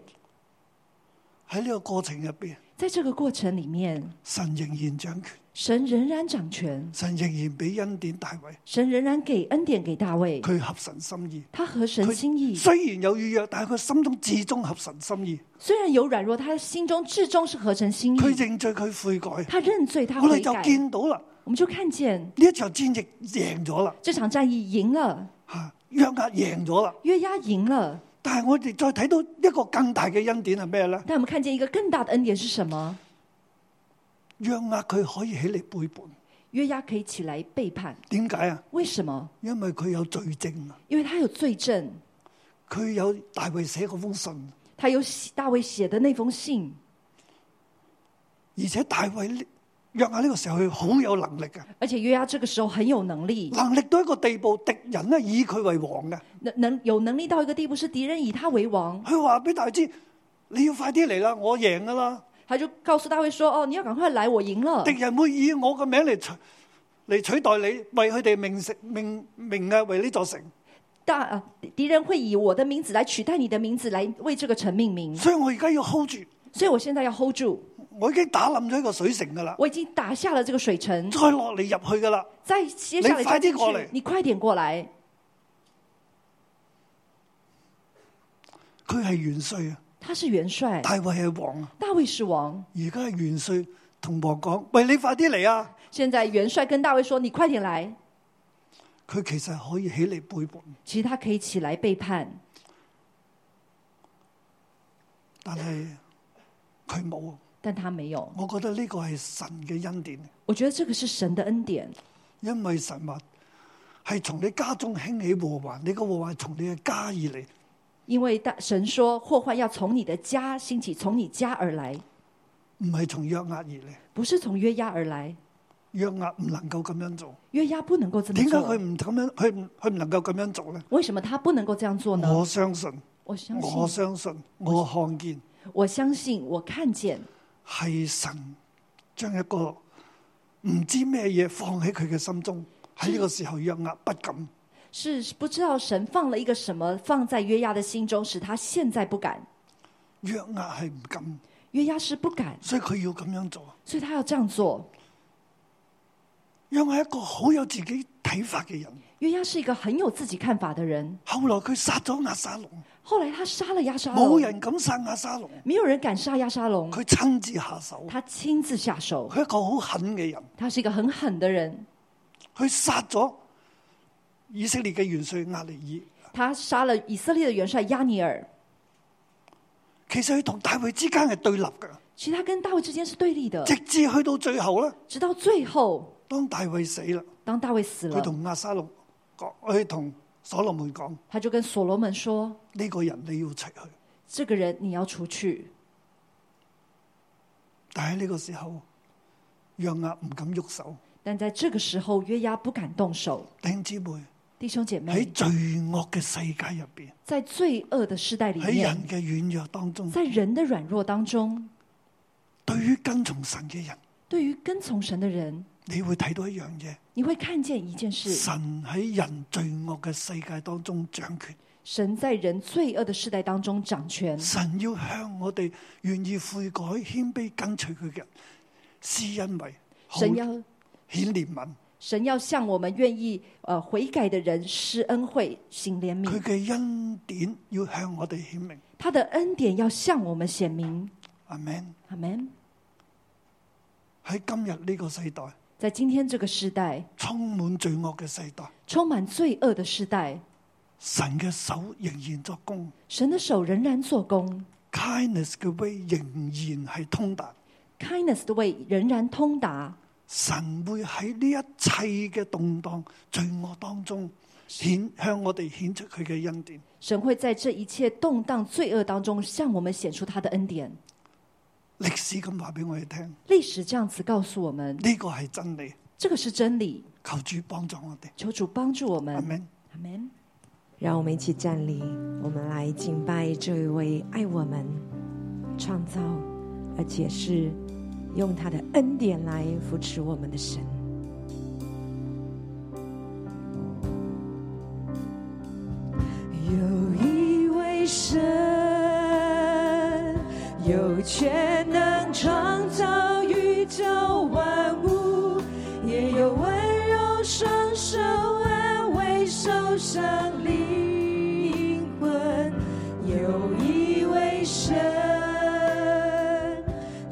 喺呢個過程入邊，
在這個過程裡面，
神仍然掌權。
神仍然掌權。
神仍然俾恩典大衛，
神仍然給恩典給大衛，
佢合神心意。
他合神心意
佢。雖然有軟弱，但係佢心中至終合神心意。
虽然有软弱，他心中至终是合神心意。
佢認罪，佢悔改。
他认罪，他
我
嗯悔
哋就
改。
見到啦，
我們就看見
呢一場戰役贏咗啦，
这场戰役贏了，
嚇約押贏咗啦。
約押贏了。
但係我哋再睇到一個更大嘅恩典係咩咧？
但我們看見一個更大的恩典是什麼？
約押佢可以起嚟背叛，
約押可以起來背叛，
點解啊？
為什麼？
因為佢有罪證啊，
因為他有罪證，
佢有大衛寫嗰封信，
他有大衛寫的那封信，
而且大衛呢約押呢個時候佢好有能力嘅，
而且約押這個時候很有能力，
能力到一個地步，敵人咧以佢為王嘅。
能能有能力到一個地步，是敵人以他為王，
佢話俾大家知，你要快啲嚟啦，我贏噶啦，
他就告訴大衛說：哦，你要趕快來，我贏了
敵。人會以我嘅名嚟取嚟取代你，為佢哋命成命命啊，為呢座城。
大呃敌人会以我的名字来取代你的名字，来为这个城命名。
所以我而家要 hold 住，
所以我现在要 hold 住，
我已經打冧咗一個水城噶啦，
我已经打下了这个水城，
再落嚟入去噶啦。
再接下来
你快
再
点
进
过来
去，你快点过来。
佢係元帥啊，
他是元帅，
大衛係王啊，
大卫是王。
而家係元帥同王講：喂，你快啲嚟啊！
现在元帅跟大卫说：“你快点来。
佢其實可以起嚟背叛，”
其实他可以起来背叛，
但係佢冇。啊
但他没有。
我覺得呢個係神嘅恩典，
我覺得这个是神的恩典，
因為神話係從你家中興起禍患，你個禍患從你嘅家而嚟。
因为大神说祸患要从你的家兴起，从你家而来，
唔係從約押而嚟，
不是从约押而来。
約押唔能夠咁樣做。
约押不能够这么
點解佢
做。
唔咁樣？佢唔佢唔能夠咁樣做呢？
为什么他不能够这样做呢？
我相信，
我相信，
我相信，我看見
我相信，我看見
係神將一個唔知咩嘢放喺佢嘅心中。喺呢個時候，約押不敢，
是不知道神放了一個什麼放在約押的心中，使他現在不敢。
約押係唔敢，
約押是不敢，
所以佢要咁樣做。
所以他要這樣做。
約押係一個好有自己睇法嘅人。
約押是一個很有自己看法的人。
後來佢殺咗押沙龍，
後來他殺了押沙龍，
冇人敢殺押沙龍，
沒有人敢殺押沙龍，
佢親自下手。
他親自下手。
佢一個好狠嘅人。
他是一個很狠的人，
佢殺咗以色列嘅元帥亞利爾。
他殺了以色列的元帥押尼爾。
其實佢同大衛之間係對立嘅，
其實他跟大衛之間是對立的，
直至去到最後咧，
直到最後，
當大衛死啦，
當大衛死
啊
佢
了，
同亞沙龍講，佢同所羅門講：呢、
他就跟所羅門說
個人你要除去。：“
這個人你要除去。”
但係呢個時候，約押唔敢喐手。
但在這個時候，約押不敢動手。
弟兄姊妹
弟兄
嗯
姐
喺
妹，
罪惡嘅世界入邊，
在罪惡的世代
嗯
里
喺
面
人，嘅軟弱當中，
在人的軟弱當中，
對於跟從神嘅人，
對於跟從神的人，
你會睇到一樣嘢，
你会看见一件事：
神喺人罪惡嘅世界當中掌權，
神在人罪恶的世代当中掌权。
神要向我哋願意悔改、謙卑跟隨佢嘅人施恩惠，好
神要
顯憐憫，
神要向我们愿意呃悔改的人施恩惠、行怜悯，
佢嘅恩典要向我哋顯明。
他的恩典要向我们显明。
阿 Man
阿门。
喺今日呢個世代，
在今天这个时代，
充滿罪惡嘅世代，
充满罪恶的时代，
神嘅手仍然作工
神的手仍然做工
，kindness 嘅 way 仍然係通達。
，kindness 的位仍然通达。
神會喺呢一切嘅動盪、罪惡當中顯向我哋顯出佢嘅恩典。
神会在这一切动荡、罪恶当中向我们显出他的恩典。
歷史咁話俾我哋聽，
历史这样子告诉我们，
呢、個係真理。
这个是真理。
求主幫助我哋，
求主帮助我们
阿。明。
阿门。
让我们一起站立，我们来敬拜这一位爱我们、创造，而且是用他的恩典来扶持我们的神。有一位神，有全能创造宇宙万物，也有温柔双手安慰受伤灵魂。有一位神，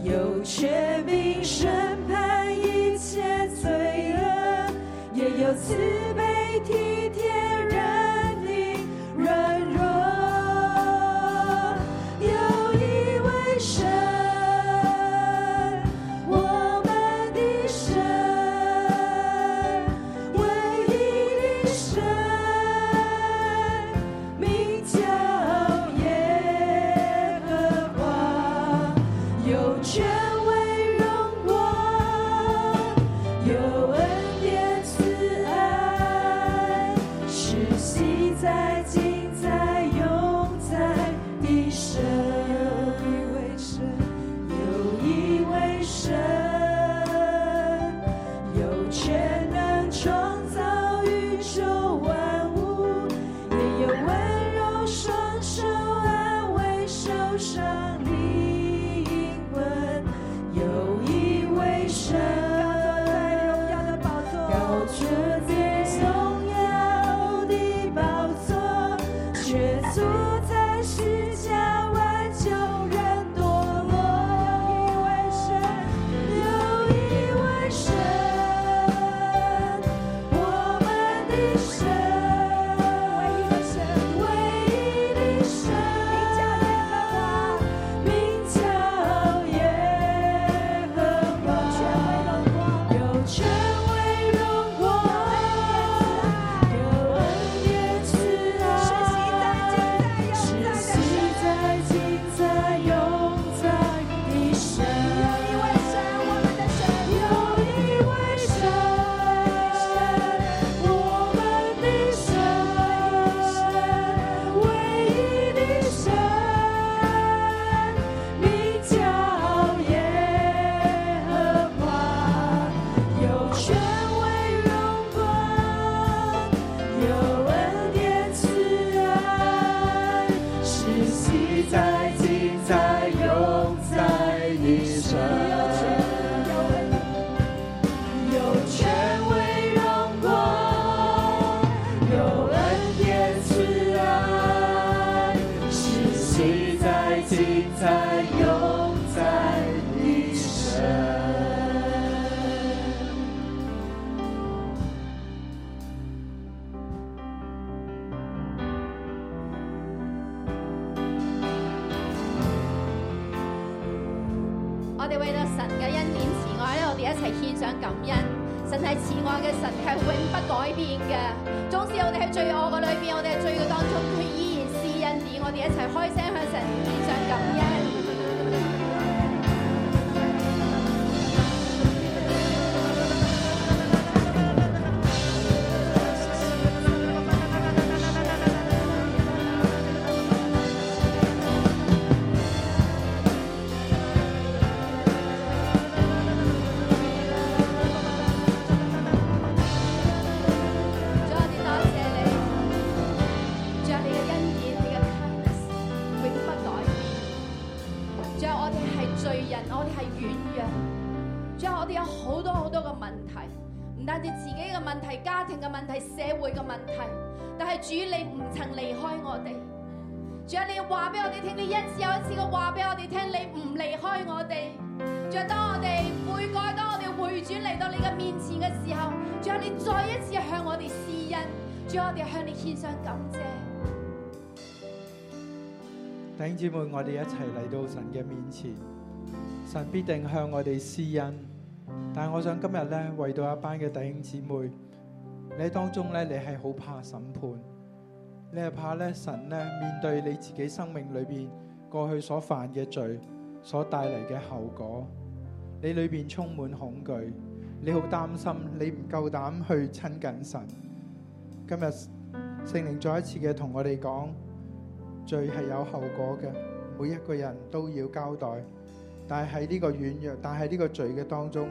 有权柄审判一切罪恶，也有慈悲体贴人的软弱。有一位神，我们的神，唯一的神，名叫耶和华，有权威荣光，有恩典慈爱，是昔在、今在、永在的神。有一位神，有全能创造宇宙万物，也有温柔双手安慰受伤灵魂。有一位神，高举在荣耀的宝座，却坐在世下挽救人堕落。有一位神，我们的神，唯一的神，名叫耶和华，有权威荣光，有恩典慈爱，是昔在、今在、永在的神。有一位神，我们的神，唯一的神，名叫耶和华，有权威荣光，有恩典慈爱，是昔在、今在、永在的神。有权威荣光，有恩典慈爱，是昔在、今在、永在的神。
我哋為到神嘅恩典慈愛咧，我哋一齊獻上感恩。神係慈愛嘅神，佢係永不改變嘅。總之我哋喺罪惡嘅裏邊，我哋喺罪嘅當中，佢依然施恩典。我哋一齊開聲向神獻上感恩。
有一位神，
啊啊單止自己嘅問題、家庭嘅問題、社會嘅問題，但係主你唔曾離開我哋。主啊，你話俾我哋聽，你一次又一次嘅話俾我哋聽，你唔離開我哋。主啊，當我哋悔改，當我哋回轉嚟到你嘅面前嘅時候，主啊，你再一次向我哋施恩。主啊，我哋向你獻上感謝。
弟兄姊妹，我哋一齊嚟到神嘅面前，神必定向我哋施恩。但係我想今日咧，為到一班嘅弟兄姊妹，你喺當中咧，你係好怕審判，你係怕咧神咧面對你自己生命裏邊過去所犯嘅罪所帶嚟嘅後果，你裏邊充滿恐懼，你好擔心，你唔夠膽去親近神。今日聖靈再一次嘅同我哋講。罪係有後果嘅，每一個人都要交代。但係喺呢個軟弱，但係呢個罪嘅當中，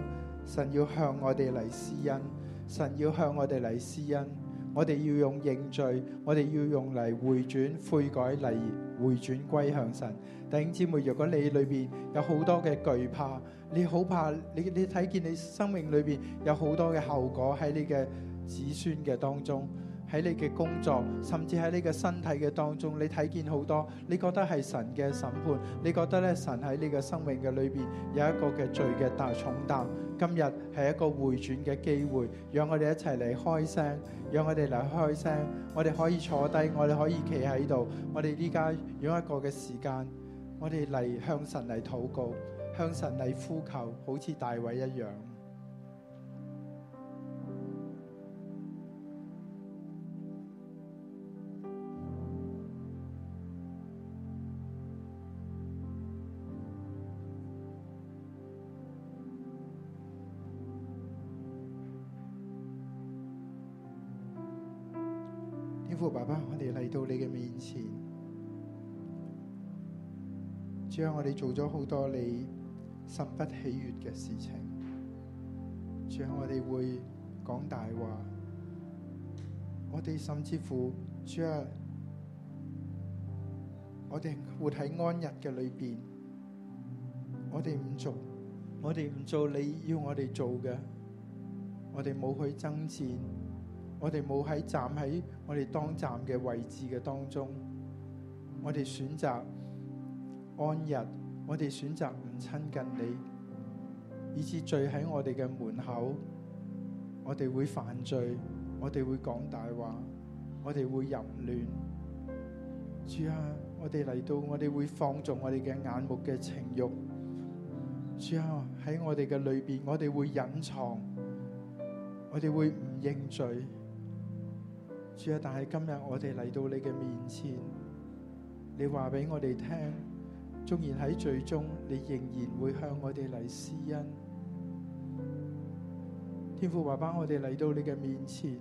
神要向我哋嚟施恩，神要向我哋嚟施恩。我哋要用認罪，我哋要用嚟回轉悔改嚟回轉歸向神。弟兄姊妹，若果你裏邊有好多嘅懼怕，你好怕你你睇見你生命裏邊有好多嘅後果喺你嘅子孫嘅當中。喺你嘅工作，甚至喺你嘅身體嘅當中，你睇見好多，你覺得係神嘅審判，你覺得咧神喺你嘅生命嘅裏邊有一個嘅罪嘅大重擔。今日係一個回轉嘅機會，讓我哋一齊嚟開聲，讓我哋嚟開聲，我哋可以坐低，我哋可以企喺度，我哋依家用一個嘅時間，我哋嚟向神嚟禱告，向神嚟呼求，好似大衛一樣。天父爸爸，我哋嚟到你嘅面前，主啊，我哋做咗好多你甚不喜悦嘅事情，主啊，我哋會講大話，我哋甚至乎，主啊，我哋活喺安逸嘅裏邊，我哋唔做，我哋唔做你要我哋做嘅，我哋冇去爭戰。我哋冇喺站喺我哋當站嘅位置嘅當中，我哋選擇安逸，我哋選擇唔親近你，以致罪喺我哋嘅門口，我哋會犯罪，我哋會講大話，我哋會淫亂。主啊，我哋嚟到，我哋會放縱我哋嘅眼目嘅情慾。主啊，喺我哋嘅裏邊，我哋會隱藏，我哋會唔認罪。主啊，但係今日我哋嚟到你嘅面前，你話俾我哋聽，縱然喺最終，你仍然會向我哋嚟施恩。天父爸爸，我哋嚟到你嘅面前，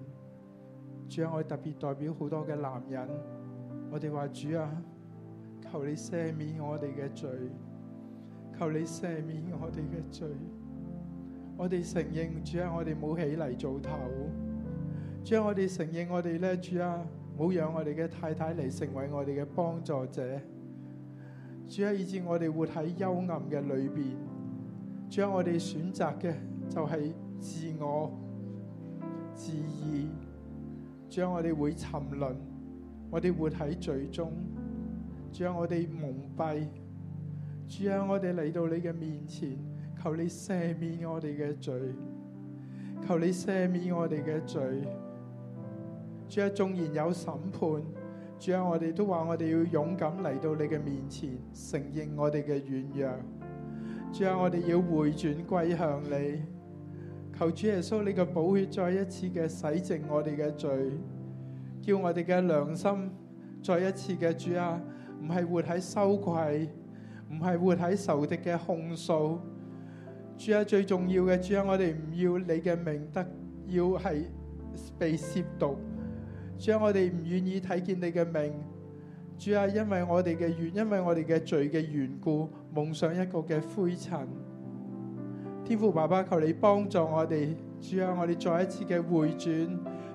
主啊，我特別代表好多嘅男人，我哋話主啊，求你赦免我哋嘅罪，求你赦免我哋嘅罪。我哋承認主啊，我哋冇起嚟做頭。主啊，我哋承認我哋咧，主啊，冇讓我哋嘅太太嚟成為我哋嘅幫助者。主啊，以致我哋活喺幽暗嘅裏邊。主啊，我哋選擇嘅就係自我、自義。主啊，我哋會沉淪，我哋活喺罪中。主啊，我哋蒙蔽。主啊，我哋嚟到你嘅面前，求你赦免我哋嘅罪，求你赦免我哋嘅罪。主啊，縱然有審判，主啊，我哋都話我哋要勇敢嚟到你嘅面前，承認我哋嘅軟弱。主啊，我哋要回轉歸向你。求主耶穌你嘅寶血再一次嘅洗淨我哋嘅罪，叫我哋嘅良心再一次嘅主啊，唔係活喺羞愧，唔係活喺仇敵嘅控訴。主啊，最重要嘅，主啊，我哋唔要你嘅名得，要係被褻瀆。主啊，我哋唔願意睇見你嘅名。主啊，因為我哋嘅緣，因為我哋嘅罪嘅緣故，蒙上一個嘅灰塵。天父爸爸，求你幫助我哋。主啊，我哋再一次嘅回轉，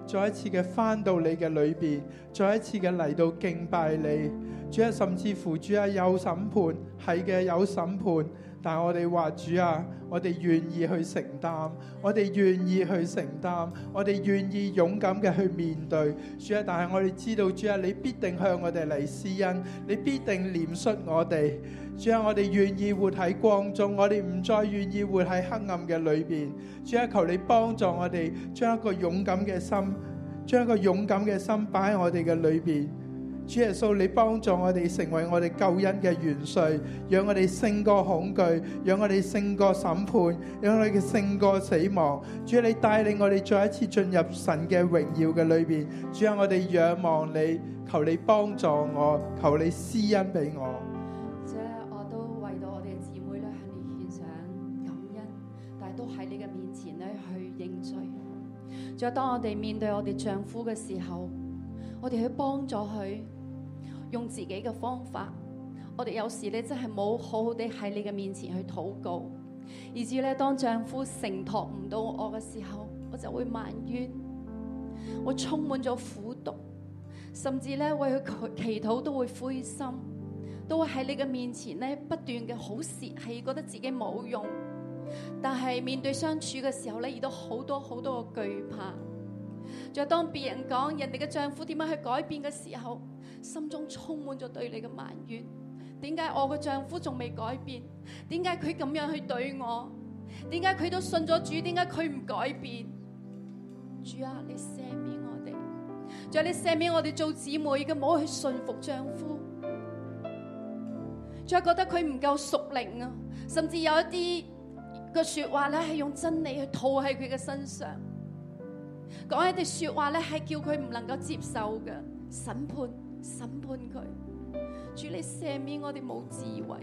再一次嘅翻到你嘅裏邊，再一次嘅嚟到敬拜你。主啊，甚至乎主啊有審判，係嘅有審判。但係我哋話主啊，我哋願意去承擔，我哋願意去承擔，我哋願意勇敢嘅去面對。主啊，但係我哋知道，主啊，你必定向我哋嚟施恩，你必定憐恤我哋。主啊，我哋願意活喺光中，我哋唔再願意活喺黑暗嘅裏邊。主啊，求你幫助我哋，將一個勇敢嘅心，將一個勇敢嘅心擺喺我哋嘅裏邊。主耶穌，你幫助我哋成為我哋救恩嘅元帥，讓我哋勝過恐懼，讓我哋勝過審判，讓我哋勝過死亡。主啊，你帶領我哋再一次進入神嘅榮耀嘅裏邊。主啊，我哋仰望你，求你幫助我，求你施恩俾我。
姐，我都為到我哋嘅姊妹咧向你獻上感恩，但係都喺你嘅面前咧去認罪。仲有當我哋面對我哋丈夫嘅時候，我哋去幫助佢，用自己嘅方法。我哋有時咧真係冇好好地喺你嘅面前去禱告，以至咧當丈夫承托唔到我嘅時候，我就會埋怨，我充滿咗苦毒，甚至咧為佢祈禱都會灰心。都會喺你嘅面前咧不斷嘅好泄氣，覺得自己冇用。但係面對相處嘅時候咧，亦都好多好多嘅懼怕。仲有當別人講人哋嘅丈夫點樣去改變嘅時候，心中充滿咗對你嘅埋怨。點解我嘅丈夫仲未改變？點解佢咁樣去對我？點解佢都信咗主？點解佢唔改變？主啊，你赦免我哋，仲有你赦免我哋做姊妹嘅，唔好去順服丈夫。再覺得佢唔夠熟靈啊，甚至有一啲嘅説話咧係用真理去套喺佢嘅身上，講一啲説話咧係叫佢唔能夠接受嘅，審判審判佢。主你赦免我哋冇智慧，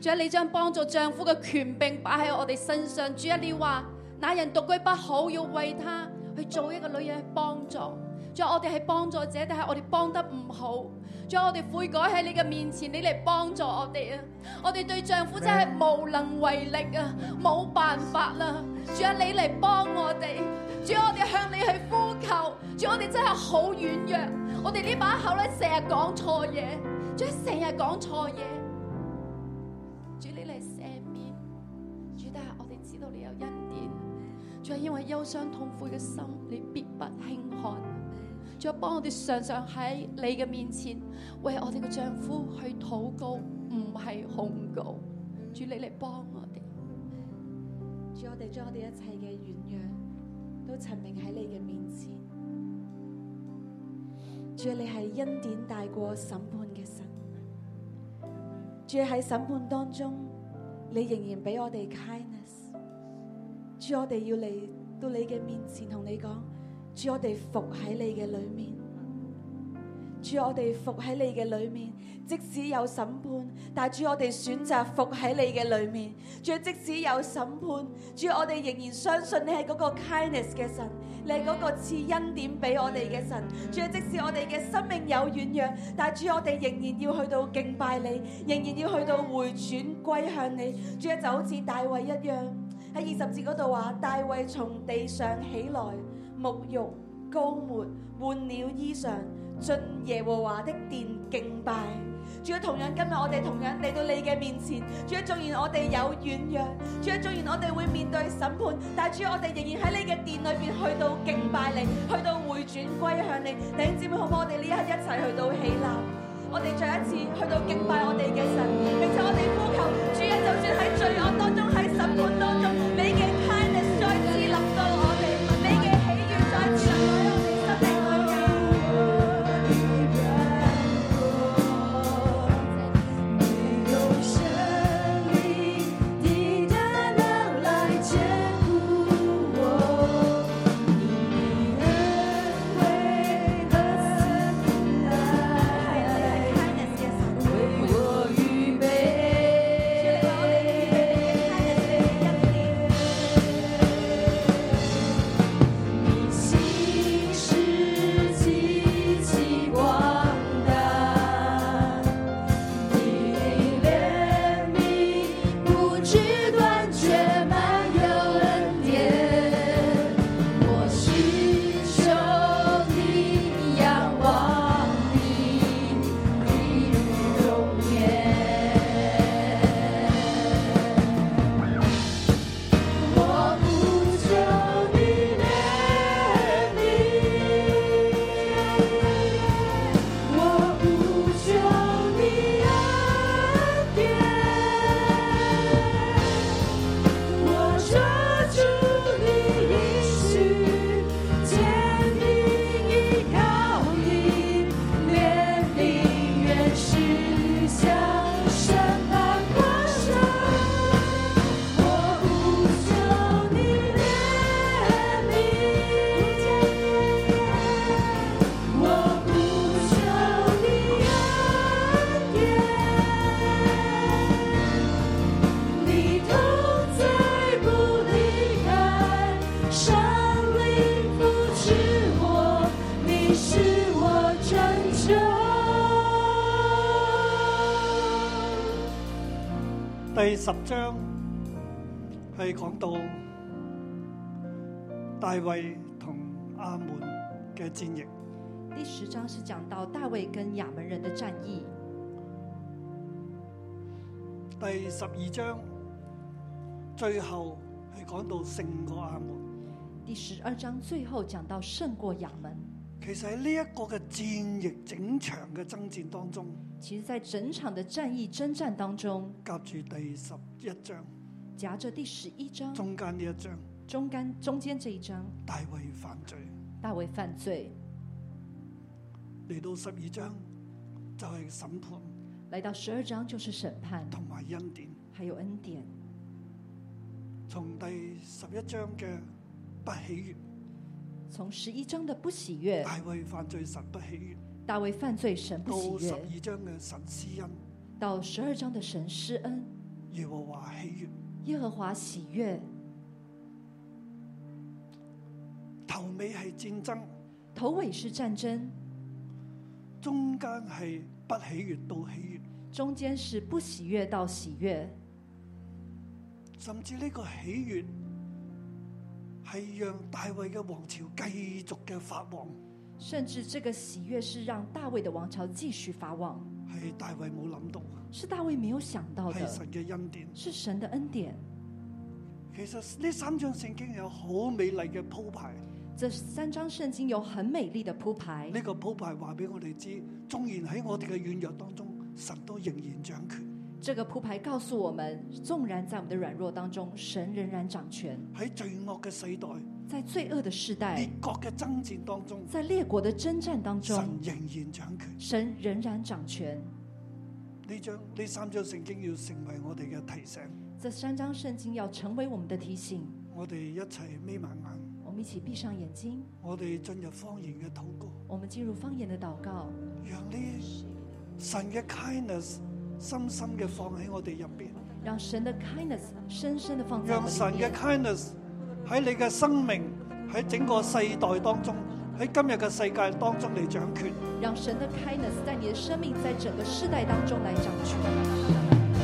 主啊你將幫助丈夫嘅權柄擺喺我哋身上，主啊你話那人獨居不好，要為他去做一個女人去幫助。主啊我哋係幫助者，但係我哋幫得唔好。主啊，我哋悔改喺你嘅面前，你嚟幫助我哋啊！我哋對丈夫真係無能為力啊，冇辦法啦！主啊，你嚟幫我哋！主啊，我哋向你去呼求！主啊，我哋真係好軟弱，我哋呢把口咧成日講錯嘢，主啊，成日講錯嘢。主你嚟赦免，主但係我哋知道你有恩典，主啊，因為憂傷痛悔嘅心，你必不輕看。主啊，幫我哋常常喺你嘅面前為我哋嘅丈夫去禱告，唔係控告。主你嚟幫我哋，
主，我哋將我哋一切嘅軟弱都陳明喺你嘅面前。主，你係恩典大過審判嘅神。主喺審判當中，你仍然俾我哋 kindness。主，我哋要嚟到你嘅面前，同你講。主，我哋伏喺你嘅裏面。主，我哋伏喺你嘅裏面，即使有審判，但主，我哋選擇伏喺你嘅裏面。主，即使有審判，主，我哋仍然相信你係嗰個 kindness 嘅神，你係嗰個賜恩典俾我哋嘅神。主，即使我哋嘅生命有軟弱，但主，我哋仍然要去到敬拜你，仍然要去到回轉歸向你。主，就好似大衛一樣，喺二十節嗰度話：大衛從地上起來。沐浴、高抹，換了衣裳，進耶和華的殿敬拜。主啊，同樣今日我哋同樣嚟到你嘅面前，主啊，縱然我哋有軟弱，主啊，縱然我哋會面對審判，但係主啊，我哋仍然喺你嘅殿裏邊去到敬拜你，去到回轉歸向你。弟兄姊妹，好唔好？我哋呢一刻一齊去到起立，我哋再一次去到敬拜我哋嘅神，並且我哋呼求主啊，就算喺罪惡當中，喺審判當中，你嘅 kindness 再次臨到我哋，你嘅喜悅再次臨到我哋生命裏面。我哋預備，主你為我哋預備你嘅恩典，
第十章係講到大衛同亞門嘅戰役。
第十章是讲到大卫跟亚门人的战役，
第十二章最後係講到勝過亞門。
第十二章最后讲到胜过亚门。
其實喺呢一個嘅戰役整場嘅爭戰當中，
其实，在整场的战役征战当中，
夾住第十一章
夹着第十一章
中間呢一章，
中间中间这一章，
大衛犯罪
大卫犯罪，
嚟到十二章就係審判
来到十二章就是审判，
同埋恩典。
还有恩典。
從第十一章嘅不喜
从十一章的不喜悦
悅，，大衛犯罪神不喜悅，
大卫犯罪神不
到
喜
十
悦，
二章嘅神施恩，
到十二章的神施恩，
耶和華喜悅。
耶和华喜悦，
頭尾係戰爭，
头尾是战争，
中間係不喜悅到喜悅。
中间是不喜悦到喜悦，
甚至呢個喜悅係讓大衛嘅王朝繼續嘅發旺，
甚至这个喜悦是让大卫的王朝继续发旺，
係大衛冇諗到，
是大卫没有想到
係
的，
神嘅恩典。
是神的恩典。
其實呢三章聖經有好美麗嘅鋪排，呢、
这三章圣经有很美丽的铺排，
個鋪排話俾我哋知，縱然喺我哋嘅軟弱當中，神都仍然掌權。
这个铺排告诉我们，纵然在我们的软弱当中，神仍然掌权。
喺罪惡嘅世代、
在罪恶的世代
列，國嘅爭戰當中，
在列國的征戰当
神
中，
仍然掌權。
神仍然掌權。
呢章呢三章聖經要成為我哋嘅提醒，
这三章圣经要成为我们的提醒。
我哋一齊眯埋眼，
我们一起闭上眼睛，
我哋進入方言嘅禱告。
我们进入方言的祷告，
让呢神嘅 kindness 深深嘅放喺我哋入边，
让神的 kindness 深深的放在我
让
们
神
里
嘅
面，
kindness 喺你嘅生命喺整个世代当中，喺今日嘅世界当中嚟掌权。
让神的 kindness 在你的生命，在整个世代当中来掌权。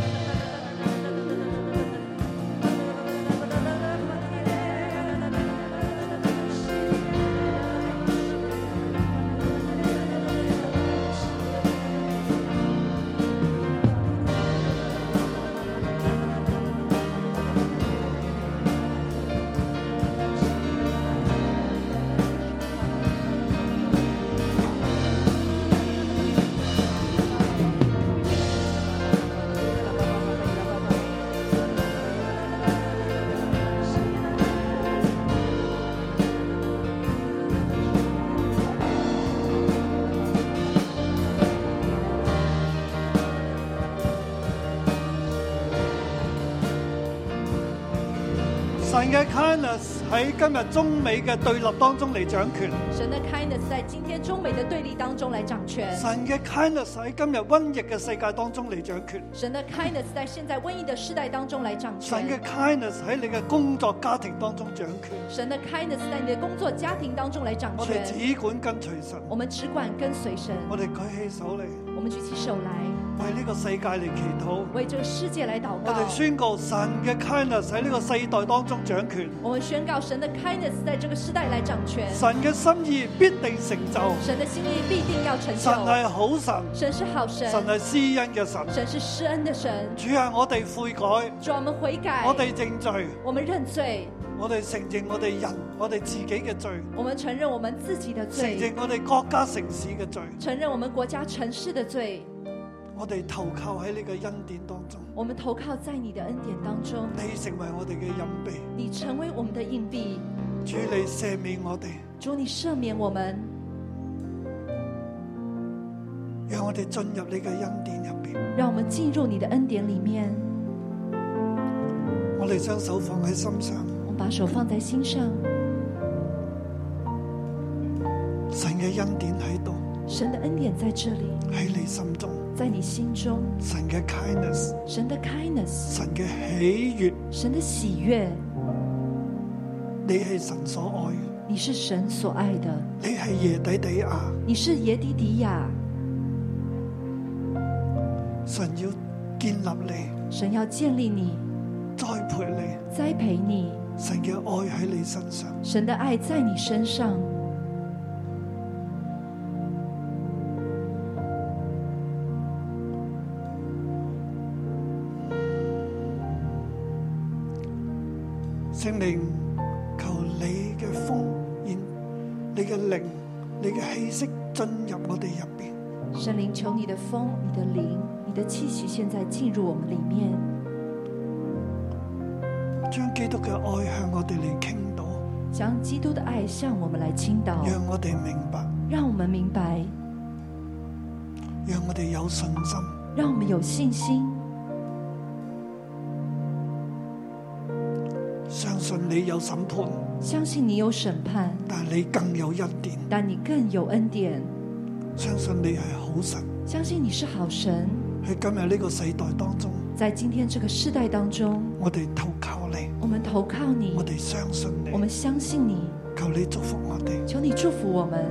神嘅 kindness 喺今日中美嘅对立当中嚟掌权，
神的 kindness 在今天中美的对立当中来掌权，
神嘅 kindness 喺今日瘟疫嘅世界当中嚟掌权，
神的 kindness 在现在瘟疫的世代当中来掌
神嘅
权，
kindness 喺你嘅工作家庭当中掌权。
神的 kindness 在你的工作、家庭当中来掌
我哋
权。
只管跟随神，
我们只管跟随神，
我哋举起手嚟
我们举起手来
为呢个世界嚟祈祷。
为这个世界来祷
我
告
哋。宣告神嘅 kindness 喺呢個世代當中掌權，
我们宣告神的 kindness 在这个世代来掌权，
神嘅心意必定成就。
神的心意必定要成就
神。係好神，
神是好神，
神係施恩嘅神。
神是施恩的神。
主啊，我哋悔改，
主啊，我们悔改，
我哋認罪，
我们认罪，
我哋承認我哋人、我哋自己嘅罪，
我们承认我们自己的
承
罪
認，我哋國家城市嘅罪。
承认我们国家、城市的罪。
我哋投靠喺呢個恩典當中，
我们投靠在你的恩典当中，
你成為我哋嘅隱蔽。
你成为我们的硬币。
主你赦免我哋，
主，你赦免我们，
讓我哋進入你嘅恩典入邊。
让我们进入你的恩典里面。
我哋將手放喺心上，
我们把手放在心上，
神嘅恩典喺度，
神的恩典在这里。
喺你心中。
在你心中，
神嘅 kindness，
神的 kindness，
神嘅喜悦，
神的喜悦，
你係神所愛嘅，
你是神所爱的，
你係耶底底亚，
你是耶底底亚，
神要建立你，
神要建立你，
栽培你，
栽培你，
神嘅愛喺你身上。
神的爱在你身上。
聖靈，求你嘅風現，你嘅靈，你嘅氣息進入我哋入邊，
圣灵，求你的风、你的灵、你的气息现在进入我们里面，
將基督嘅愛向我哋嚟傾倒，
将基督的爱向我们来倾倒，
讓我哋明白，
让我们明白，
讓我哋有信心。
让我们有信心，
相信你有審判，
相信你有审判，
但你更有恩典。
但你更有恩典，
相信你係好神。
相信你是好神。
喺今日呢個世代當中，
在今天这个世代当中，
我哋投靠你，
我们投靠你
我，哋相信你
我，们相信你，
求你祝福我哋，
求你祝福我们，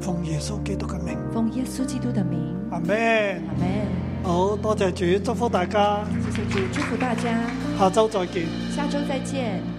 奉耶穌基督嘅名，
奉耶稣基督的名，
阿咩？
阿门。
好多謝主，祝福大家，
谢谢主，祝福大家，
下周再見。
下周再见。